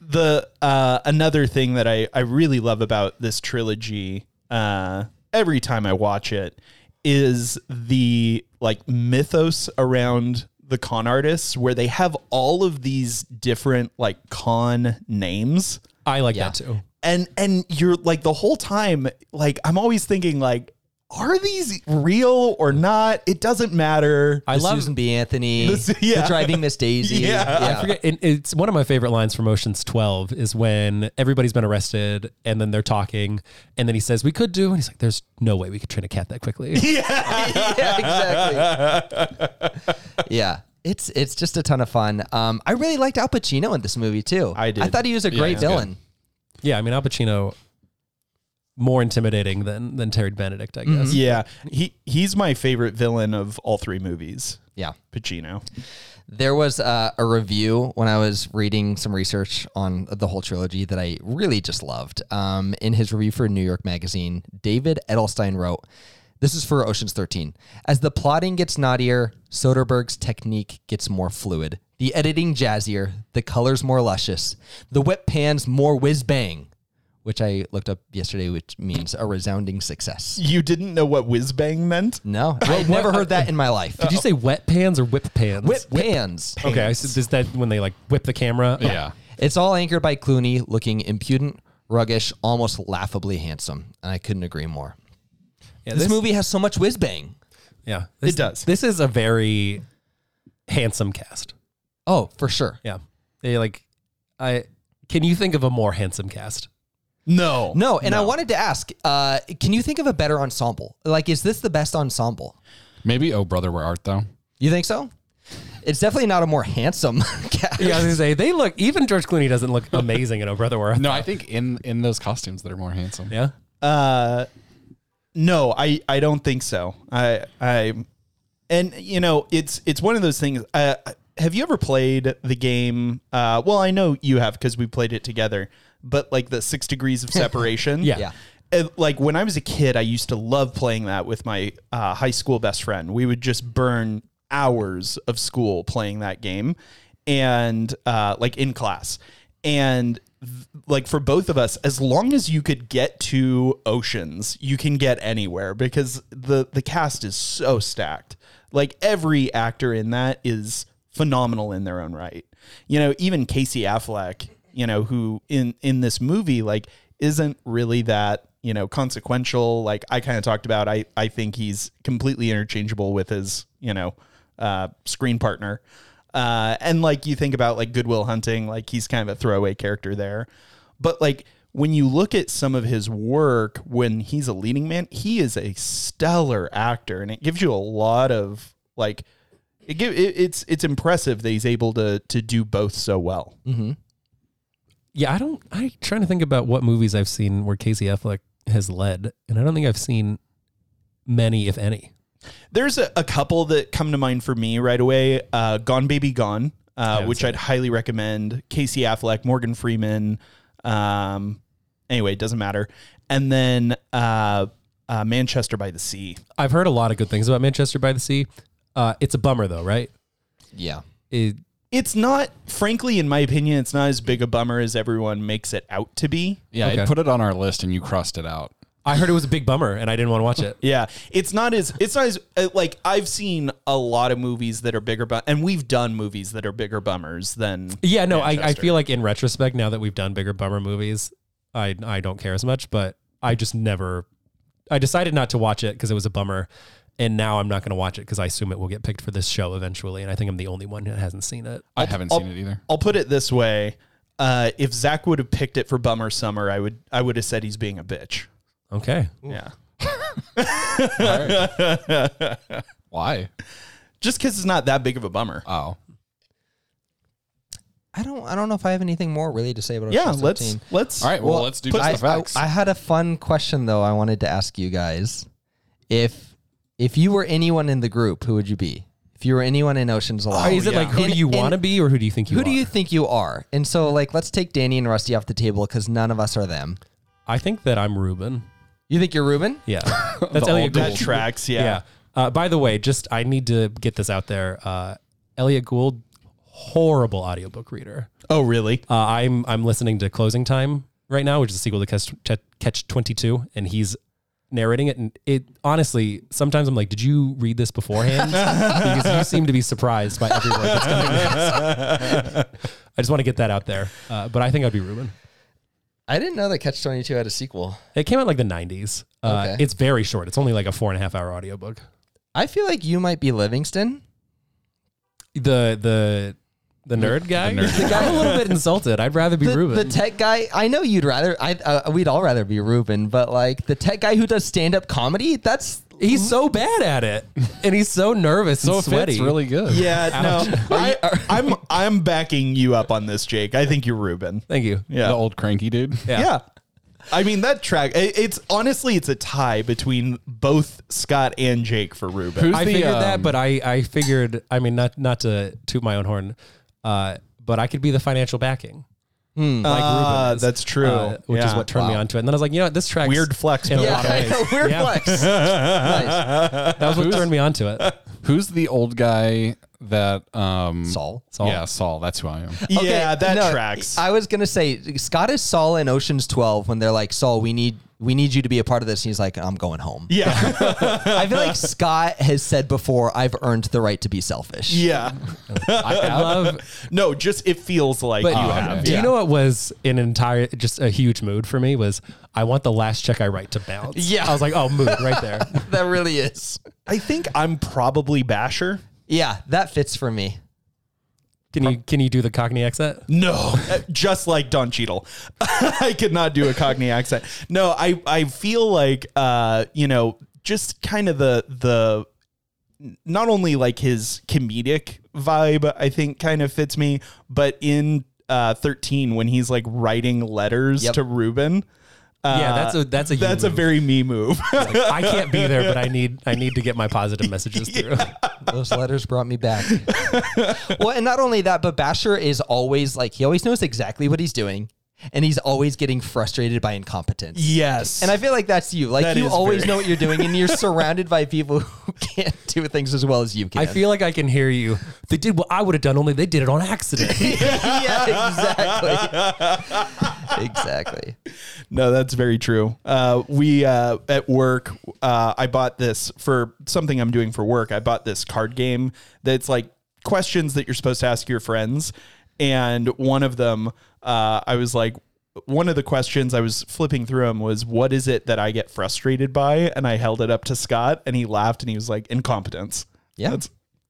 The uh, another thing that I I really love about this trilogy uh, every time I watch it is the like mythos around the con artists where they have all of these different like con names. I like Yeah. that too. and and you're like the whole time like i'm always thinking like are these real or not it doesn't matter I The love. Susan B. Anthony, This- yeah. the driving Miss Daisy. Yeah. I forget. And it's one of my favorite lines from Ocean's Twelve is when everybody's been arrested and then they're talking and then he says, "We could do," and he's like, "There's no way we could train a cat that quickly." yeah, exactly. yeah. It's it's just a ton of fun. Um, I really liked Al Pacino in this movie too. I did. I thought he was a great he's good. villain. yeah, I mean Al Pacino more intimidating than than Terry Benedict, I guess. Mm-hmm. yeah he he's my favorite villain of all three movies Yeah. pacino There was uh, a review when I was reading some research on the whole trilogy that I really just loved. Um, in his review for New York Magazine, David Edelstein wrote, This is for Ocean's 13. As the plotting gets naughtier, Soderbergh's technique gets more fluid. The editing jazzier, the colors more luscious, the wet pans more whiz bang, which I looked up yesterday, which means a resounding success. you didn't know what whiz bang meant No, I had never heard that in my life. Did you say wet pans or whip pans? Whip pans. Okay, I said is that when they like whip the camera? Yeah. It's all anchored by Clooney looking impudent, ruggish, almost laughably handsome, and I couldn't agree more. yeah This, movie has so much whiz bang. yeah, this, It does. This is a very handsome cast. Oh, for sure. Yeah, they like. I can you think of a more handsome cast? no No, and I wanted to ask, uh, can you think of a better ensemble? Like, is this the best ensemble? Maybe Oh Brother Where Art Thou? You think so? It's definitely not a more handsome cast. Yeah, I was gonna say they look. Even George Clooney doesn't look amazing in Oh Brother Where Art No, I think in in those costumes that are more handsome. Thou- Yeah, uh no i i don't think so i i and you know it's it's one of those things uh have you ever played the game uh well i know you have because we played it together but like the six degrees of separation Yeah. Yeah. And, like when i was a kid i used to love playing that with my uh, high school best friend we would just burn hours of school playing that game and uh like in class and th- like for both of us as long as you could get to oceans you can get anywhere because the the cast is so stacked like every actor in that is phenomenal in their own right you know even casey affleck you know who in in this movie like isn't really that you know consequential like i kind of talked about i i think he's completely interchangeable with his you know uh screen partner uh, and like you think about like Goodwill Hunting, like he's kind of a throwaway character there. But like when you look at some of his work when he's a leading man, he is a stellar actor, and it gives you a lot of like it give it, it's it's impressive that he's able to to do both so well. yeah. I don't. I'm trying to think about what movies I've seen where Casey Affleck has led, and I don't think I've seen many, if any. There's a, a couple that come to mind for me right away. Uh, Gone Baby Gone, uh, which I'd highly recommend. Casey Affleck, Morgan Freeman. Um, anyway, it doesn't matter. And then uh, uh, Manchester by the Sea. I've heard a lot of good things about Manchester by the Sea. Uh, it's a bummer though, right? Yeah. It, It's not, frankly, in my opinion, it's not as big a bummer as everyone makes it out to be. Yeah, Okay. I put it on our list and you crossed it out. I heard it was a big bummer, and I didn't want to watch it. Yeah, it's not as it's not as uh, like I've seen a lot of movies that are bigger, bu- and we've done movies that are bigger bummers than Yeah, no, I, I Manchester. feel like in retrospect, now that we've done bigger bummer movies, I I don't care as much. But I just never, I decided not to watch it because it was a bummer, and now I'm not going to watch it because I assume it will get picked for this show eventually, and I think I'm the only one that hasn't seen it. I haven't seen it either. I'll put it this way: uh, if Zach would have picked it for Bummer Summer, I would I would have said he's being a bitch. Okay, Yeah, Why? just because it's not that big of a bummer. Oh. I don't. I don't know if I have anything more really to say about. yeah, Ocean's let's 13. let's. All right, well, let's do put- just I, the facts. I, I had a fun question though. I wanted to ask you guys if if you were anyone in the group, who would you be? If you were anyone in Ocean's Eleven, Oh, is it like who And- do you and want to be or who do you think you? Who do are? you think you are? And so, like, let's take Danny and Rusty off the table because none of us are them. I think that I'm Ruben. You think you're Ruben? Yeah, The that's Elliot old Gould. that tracks. Yeah. Yeah. Uh, by the way, just I need to get this out there. Uh, Elliot Gould, horrible audiobook reader. Oh, really? Uh, I'm I'm listening to Closing Time right now, which is a sequel to Catch, Te- Catch 22, and he's narrating it. And it honestly, sometimes I'm like, did you read this beforehand? because you seem to be surprised by every word that's coming next. I just want to get that out there. Uh, but I think I'd be Ruben. I didn't know that Catch Twenty Two had a sequel. It came out like the 90s. Uh, Okay. It's very short. It's only like a four and a half hour audiobook. I feel like you might be Livingston. The the the nerd guy. nerd guy. I'm a little bit insulted. I'd rather be The, Ruben. the tech guy. I know you'd rather. I uh, we'd all rather be Ruben, but like the tech guy who does stand up comedy. That's he's so bad at it, and he's so nervous so and it sweaty. fits really good. Yeah, no, I, Are- I'm I'm backing you up on this, Jake. I think you're Ruben. Thank you. Yeah, The old cranky dude. yeah. I mean that track. i- It's honestly, it's a tie between both Scott and Jake for Ruben. Who's I the, figured that, um, but I I figured I mean not not to toot my own horn, uh, but I could be the financial backing. Like Ah, Ruben is, that's true. uh, which is Oh, Yeah. what turned me onto it. And then I was like, you know, what, this track Weird flex, In a but lot of I ways. know, weird Yeah. flex. nice. That was what turned me onto it. Who's the old guy that um Saul. Saul. Yeah, Saul. That's who I am. Okay, yeah, that no, tracks. I was gonna say Scott is Saul in Ocean's Twelve when they're like, Saul, we need we need you to be a part of this. And he's like, I'm going home. yeah, I feel like Scott has said before, I've earned the right to be selfish. yeah. I love No, just it feels like But you you have. Do Yeah. you know what was an entire, just a huge mood for me was I want the last check I write to bounce. Yeah. I was like, oh, mood right there. That really is. I think I'm probably Basher. Yeah, that fits for me. Can you can you do the Cockney accent? No, Uh, just like Don Cheadle, I could not do a Cockney accent. No, I I feel like uh you know just kind of the the not only like his comedic vibe I think kind of fits me, but in uh 13 when he's like writing letters Yep. to Ruben. yeah, uh, that's a that's a you That's a move. very me move. I can't be there, but I need I need to get my positive messages through. Those letters brought me back. well, and not only that, but Basher is always like he always knows exactly what he's doing, and he's always getting frustrated by incompetence. yes. And I feel like that's you. Like That you is always very- know what you're doing, and you're surrounded by people who can't do things as well as you can. I feel like I can hear you. They did what I would have done, only they did it on accident. yeah, exactly. exactly. No, that's very true. Uh, we uh, at work, uh, I bought this for something I'm doing for work. I bought this card game that's like questions that you're supposed to ask your friends, and one of them, uh, I was like. One of the questions I was flipping through them was, What is it that I get frustrated by? And I held it up to Scott and he laughed and he was like, Incompetence. Yeah. That's,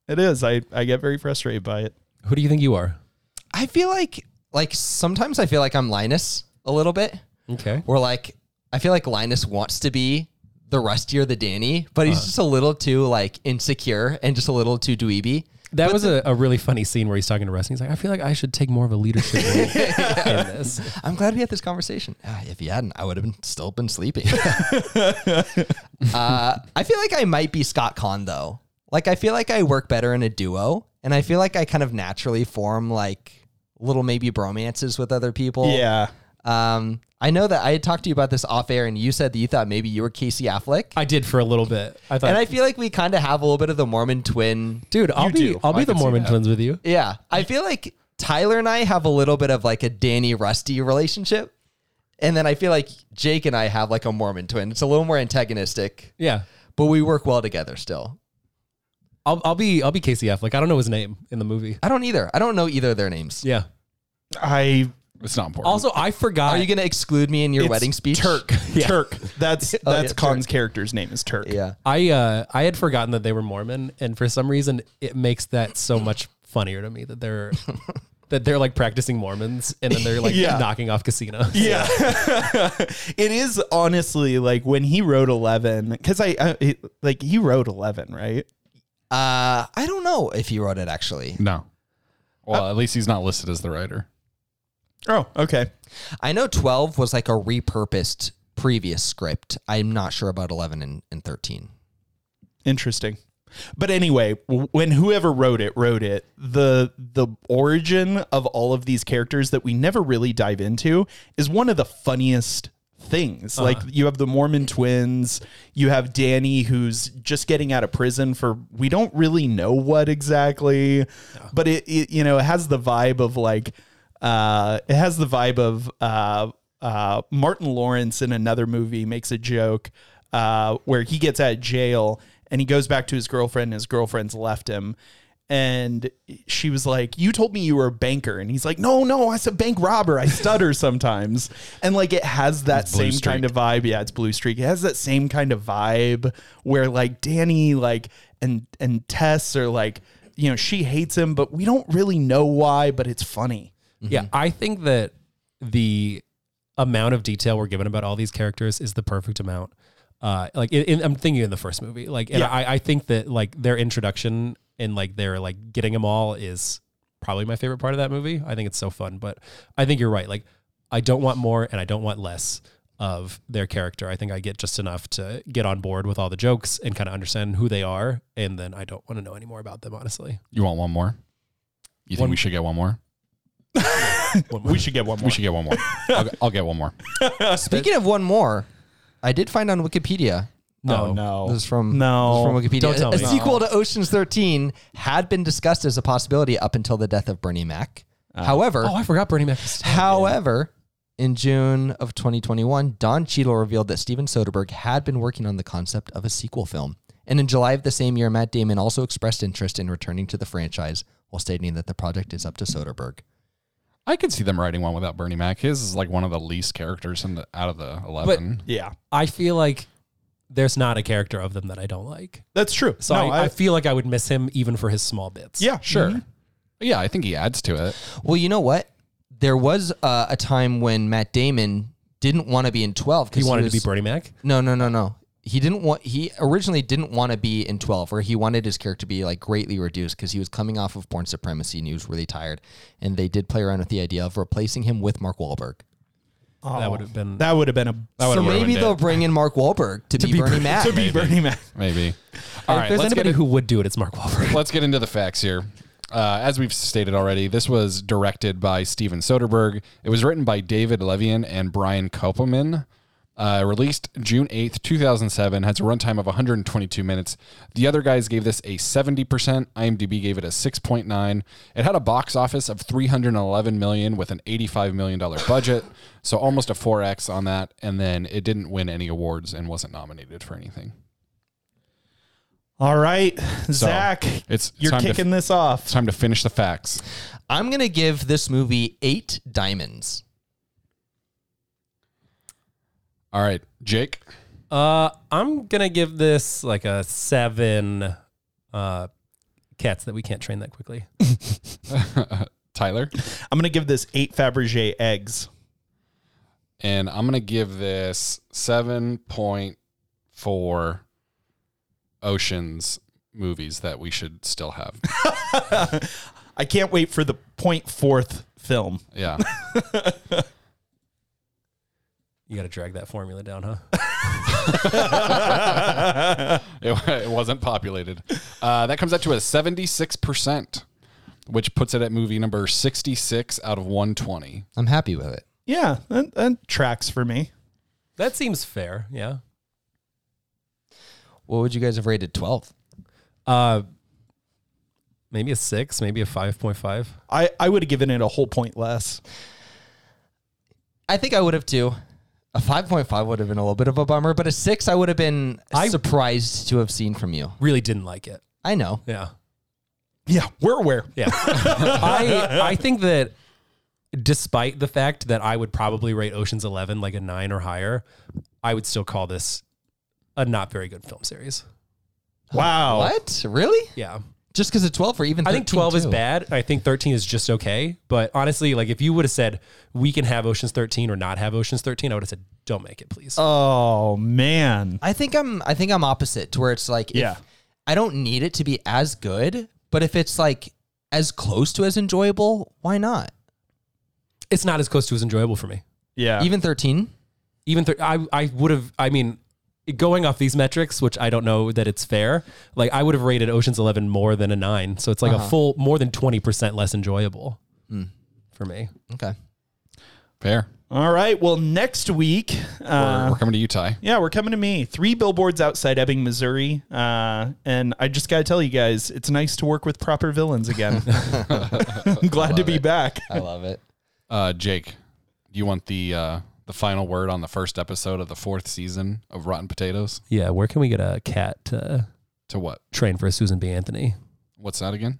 it is. I, I get very frustrated by it. Who do you think you are? I feel like like sometimes I feel like I'm Linus a little bit. Okay. Or like I feel like Linus wants to be the Rusty or the Danny, but Uh-huh. he's just a little too like insecure and just a little too dweeby. That was a, a really funny scene where he's talking to Rusty. He's like, I feel like I should take more of a leadership role in this. I'm glad we had this conversation. Ah, if you hadn't, I would have been still been sleeping. uh, I feel like I might be Scott Kahn though. Like I feel like I work better in a duo, and I feel like I kind of naturally form like little maybe bromances with other people. Yeah. Um, I know that I had talked to you about this off air, and you said that you thought maybe you were Casey Affleck. I did for a little bit. I thought, and I feel like we kind of have a little bit of the Mormon twin. dude, I'll be do. I'll be I the can see Mormon that. twins with you. Yeah. I feel like Tyler and I have a little bit of like a Danny Rusty relationship. And then I feel like Jake and I have like a Mormon twin. It's a little more antagonistic, Yeah, but we work well together still. I'll I'll be I'll be Casey Affleck. I don't know his name in the movie. I don't either. I don't know either of their names. Yeah. I It's not important. Also, I forgot. Are you going to exclude me in your It's wedding speech? Turk. Turk. That's that's Oh, yeah, Khan's character's name is Turk. Yeah. I uh, I had forgotten that they were Mormon, and for some reason, it makes that so much funnier to me that they're that they're like practicing Mormons, and then they're like Yeah. knocking off casinos. Yeah. it is honestly like when he wrote 11 cuz I, I it- like he wrote 11, right? Uh, I don't know if he wrote it actually. no. Well, at least he's not listed as the writer. Oh, okay. I know 12 was like a repurposed previous script. I'm not sure about 11 and, and 13. Interesting. But anyway, w- when whoever wrote it wrote it, the the origin of all of these characters that we never really dive into is one of the funniest things. Like you have the Mormon twins, you have Danny who's just getting out of prison for we don't really know what exactly, but it, it you know, it has the vibe of like uh it has the vibe of uh uh, Martin Lawrence in another movie makes a joke uh, where he gets out of jail and he goes back to his girlfriend and his girlfriend's left him. And she was like, You told me you were a banker. And he's like, No, no, I said bank robber. I stutter sometimes. And like, it has that same kind of vibe. Yeah, it's Blue Streak. It has that same kind of vibe where like Danny, like, and, and Tess are like, you know, she hates him, but we don't really know why, but it's funny. Yeah, Mm-hmm. I think that the amount of detail we're given about all these characters is the perfect amount. Uh, like in, in- I'm thinking in the first movie, like, and Yeah. I, I think that like their introduction and like their like getting them all is probably my favorite part of that movie. I think it's so fun, but I think you're right. Like, I don't want more and I don't want less of their character. I think I get just enough to get on board with all the jokes and kind of understand who they are, and then I don't want to know any more about them. Honestly, You want one more? You think One- we should get one more? We should get one more. We should get one more. I'll, I'll get one more. Speaking of one more, I did find on Wikipedia no, no. Oh, This is from No. this is from Wikipedia. Don't tell a me. sequel to Ocean's Thirteen had been discussed as a possibility up until the death of Bernie Mac. however, Oh, I forgot Bernie Mac. is- however, in June of 2021, Don Cheadle revealed that Steven Soderbergh had been working on the concept of a sequel film, and in July of the same year, Matt Damon also expressed interest in returning to the franchise while stating that the project is up to Soderbergh. I could see them writing one without Bernie Mac. His is like one of the least characters in the out of the eleven. Yeah. I feel like there's not a character of them that I don't like. That's true. So I, I, feel like I would miss him even for his small bits. yeah, sure. Yeah, I think he adds to it. Well, you know what? There was uh, a time when Matt Damon didn't want to be in 12 He because wanted was, to be Bernie Mac. No, no, no, no. He didn't want. He originally didn't want to be in twelve, or he wanted his character to be like greatly reduced because he was coming off of Born Supremacy and he was really tired. And they did play around with the idea of replacing him with Mark Wahlberg. That would have been That would have been a So maybe ruined they'll it. bring in Mark Wahlberg to, be, Bernie Mac. to be Bernie Mac. Maybe. All if right, there's let's get anybody in- who would do it, it's Mark Wahlberg. let's get into the facts here. Uh, as we've stated already, this was directed by Steven Soderbergh. It was written by David Levian and Brian Koppelman. Uh, released June 8th, 2007, has a runtime of 122 minutes. The other guys gave this a 70%. IMDb gave it a 6.9. It had a box office of 311 million with an $85 million budget, so almost a 4x on that. And then it didn't win any awards and wasn't nominated for anything. All right, Zach, it's you're time to- kicking this It's off. time to finish the facts. I'm gonna give this movie eight diamonds. All right, Jake. Uh, I'm gonna give this like a seven. Uh, cats that we can't train that quickly. Tyler. I'm gonna give this eight Fabergé eggs. And I'm going to give this 7.4 oceans movies that we should still have. I can't wait for the point fourth film. Yeah. You got to drag that formula down, huh? it, it wasn't populated. Uh, that comes out to a 76%, which puts it at movie number 66 out of 120. I'm happy with it. Yeah, that, that tracks for me. That seems fair. Yeah. What would you guys have rated 12? Uh, maybe a six, maybe a 5.5. I, I would have given it a whole point less. I think I would have too. A 5.5 would have been a little bit of a bummer, but a 6 I would have been I- surprised to have seen from you. Really didn't like it. I know. Yeah. Yeah, we're aware. Yeah. I I think that despite the fact that I would probably rate Ocean's 11 like a 9 or higher, I would still call this a not very good film series. Wow. What? Really? Yeah. Just because of 12 or even I think 13 12 is too. bad. I think 13 is just okay. But honestly, like if you would have said we can have Ocean's 13 or not have Ocean's 13, I would have said don't make it, please. Oh man. I think I'm I think I'm opposite to where it's like if- Yeah. I don't need it to be as good, but if it's like as close to as enjoyable, why not? it's not as close to as enjoyable for me. Yeah. Even 13? even th- I I would have I mean going off these metrics which I don't know that it's fair like I would have rated Ocean's 11 more than a 9 so it's like a full more than 20% less enjoyable for me Okay. Fair. All right. Well, next week, uh, We're coming to you, Ty. yeah, we're coming to me. Three billboards outside Ebbing, Missouri. Uh, and I just got to tell you guys, it's nice to work with proper villains again. I'm glad to be back. I love it. Uh, Jake, do you want the uh, the final word on the first episode of the fourth season of Rotten Potatoes? yeah where can we get a cat to To what? train for Susan B Anthony What's that again?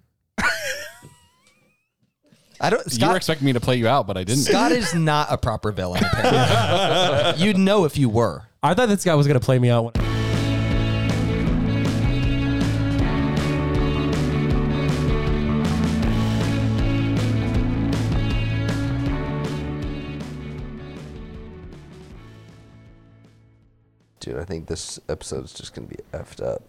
I don't you were Scott, expecting me to play you out, but I didn't. Scott is not a proper villain apparently. You'd know if you were. I thought this guy was going to play me out when- Dude, I think this episode's just gonna be effed up.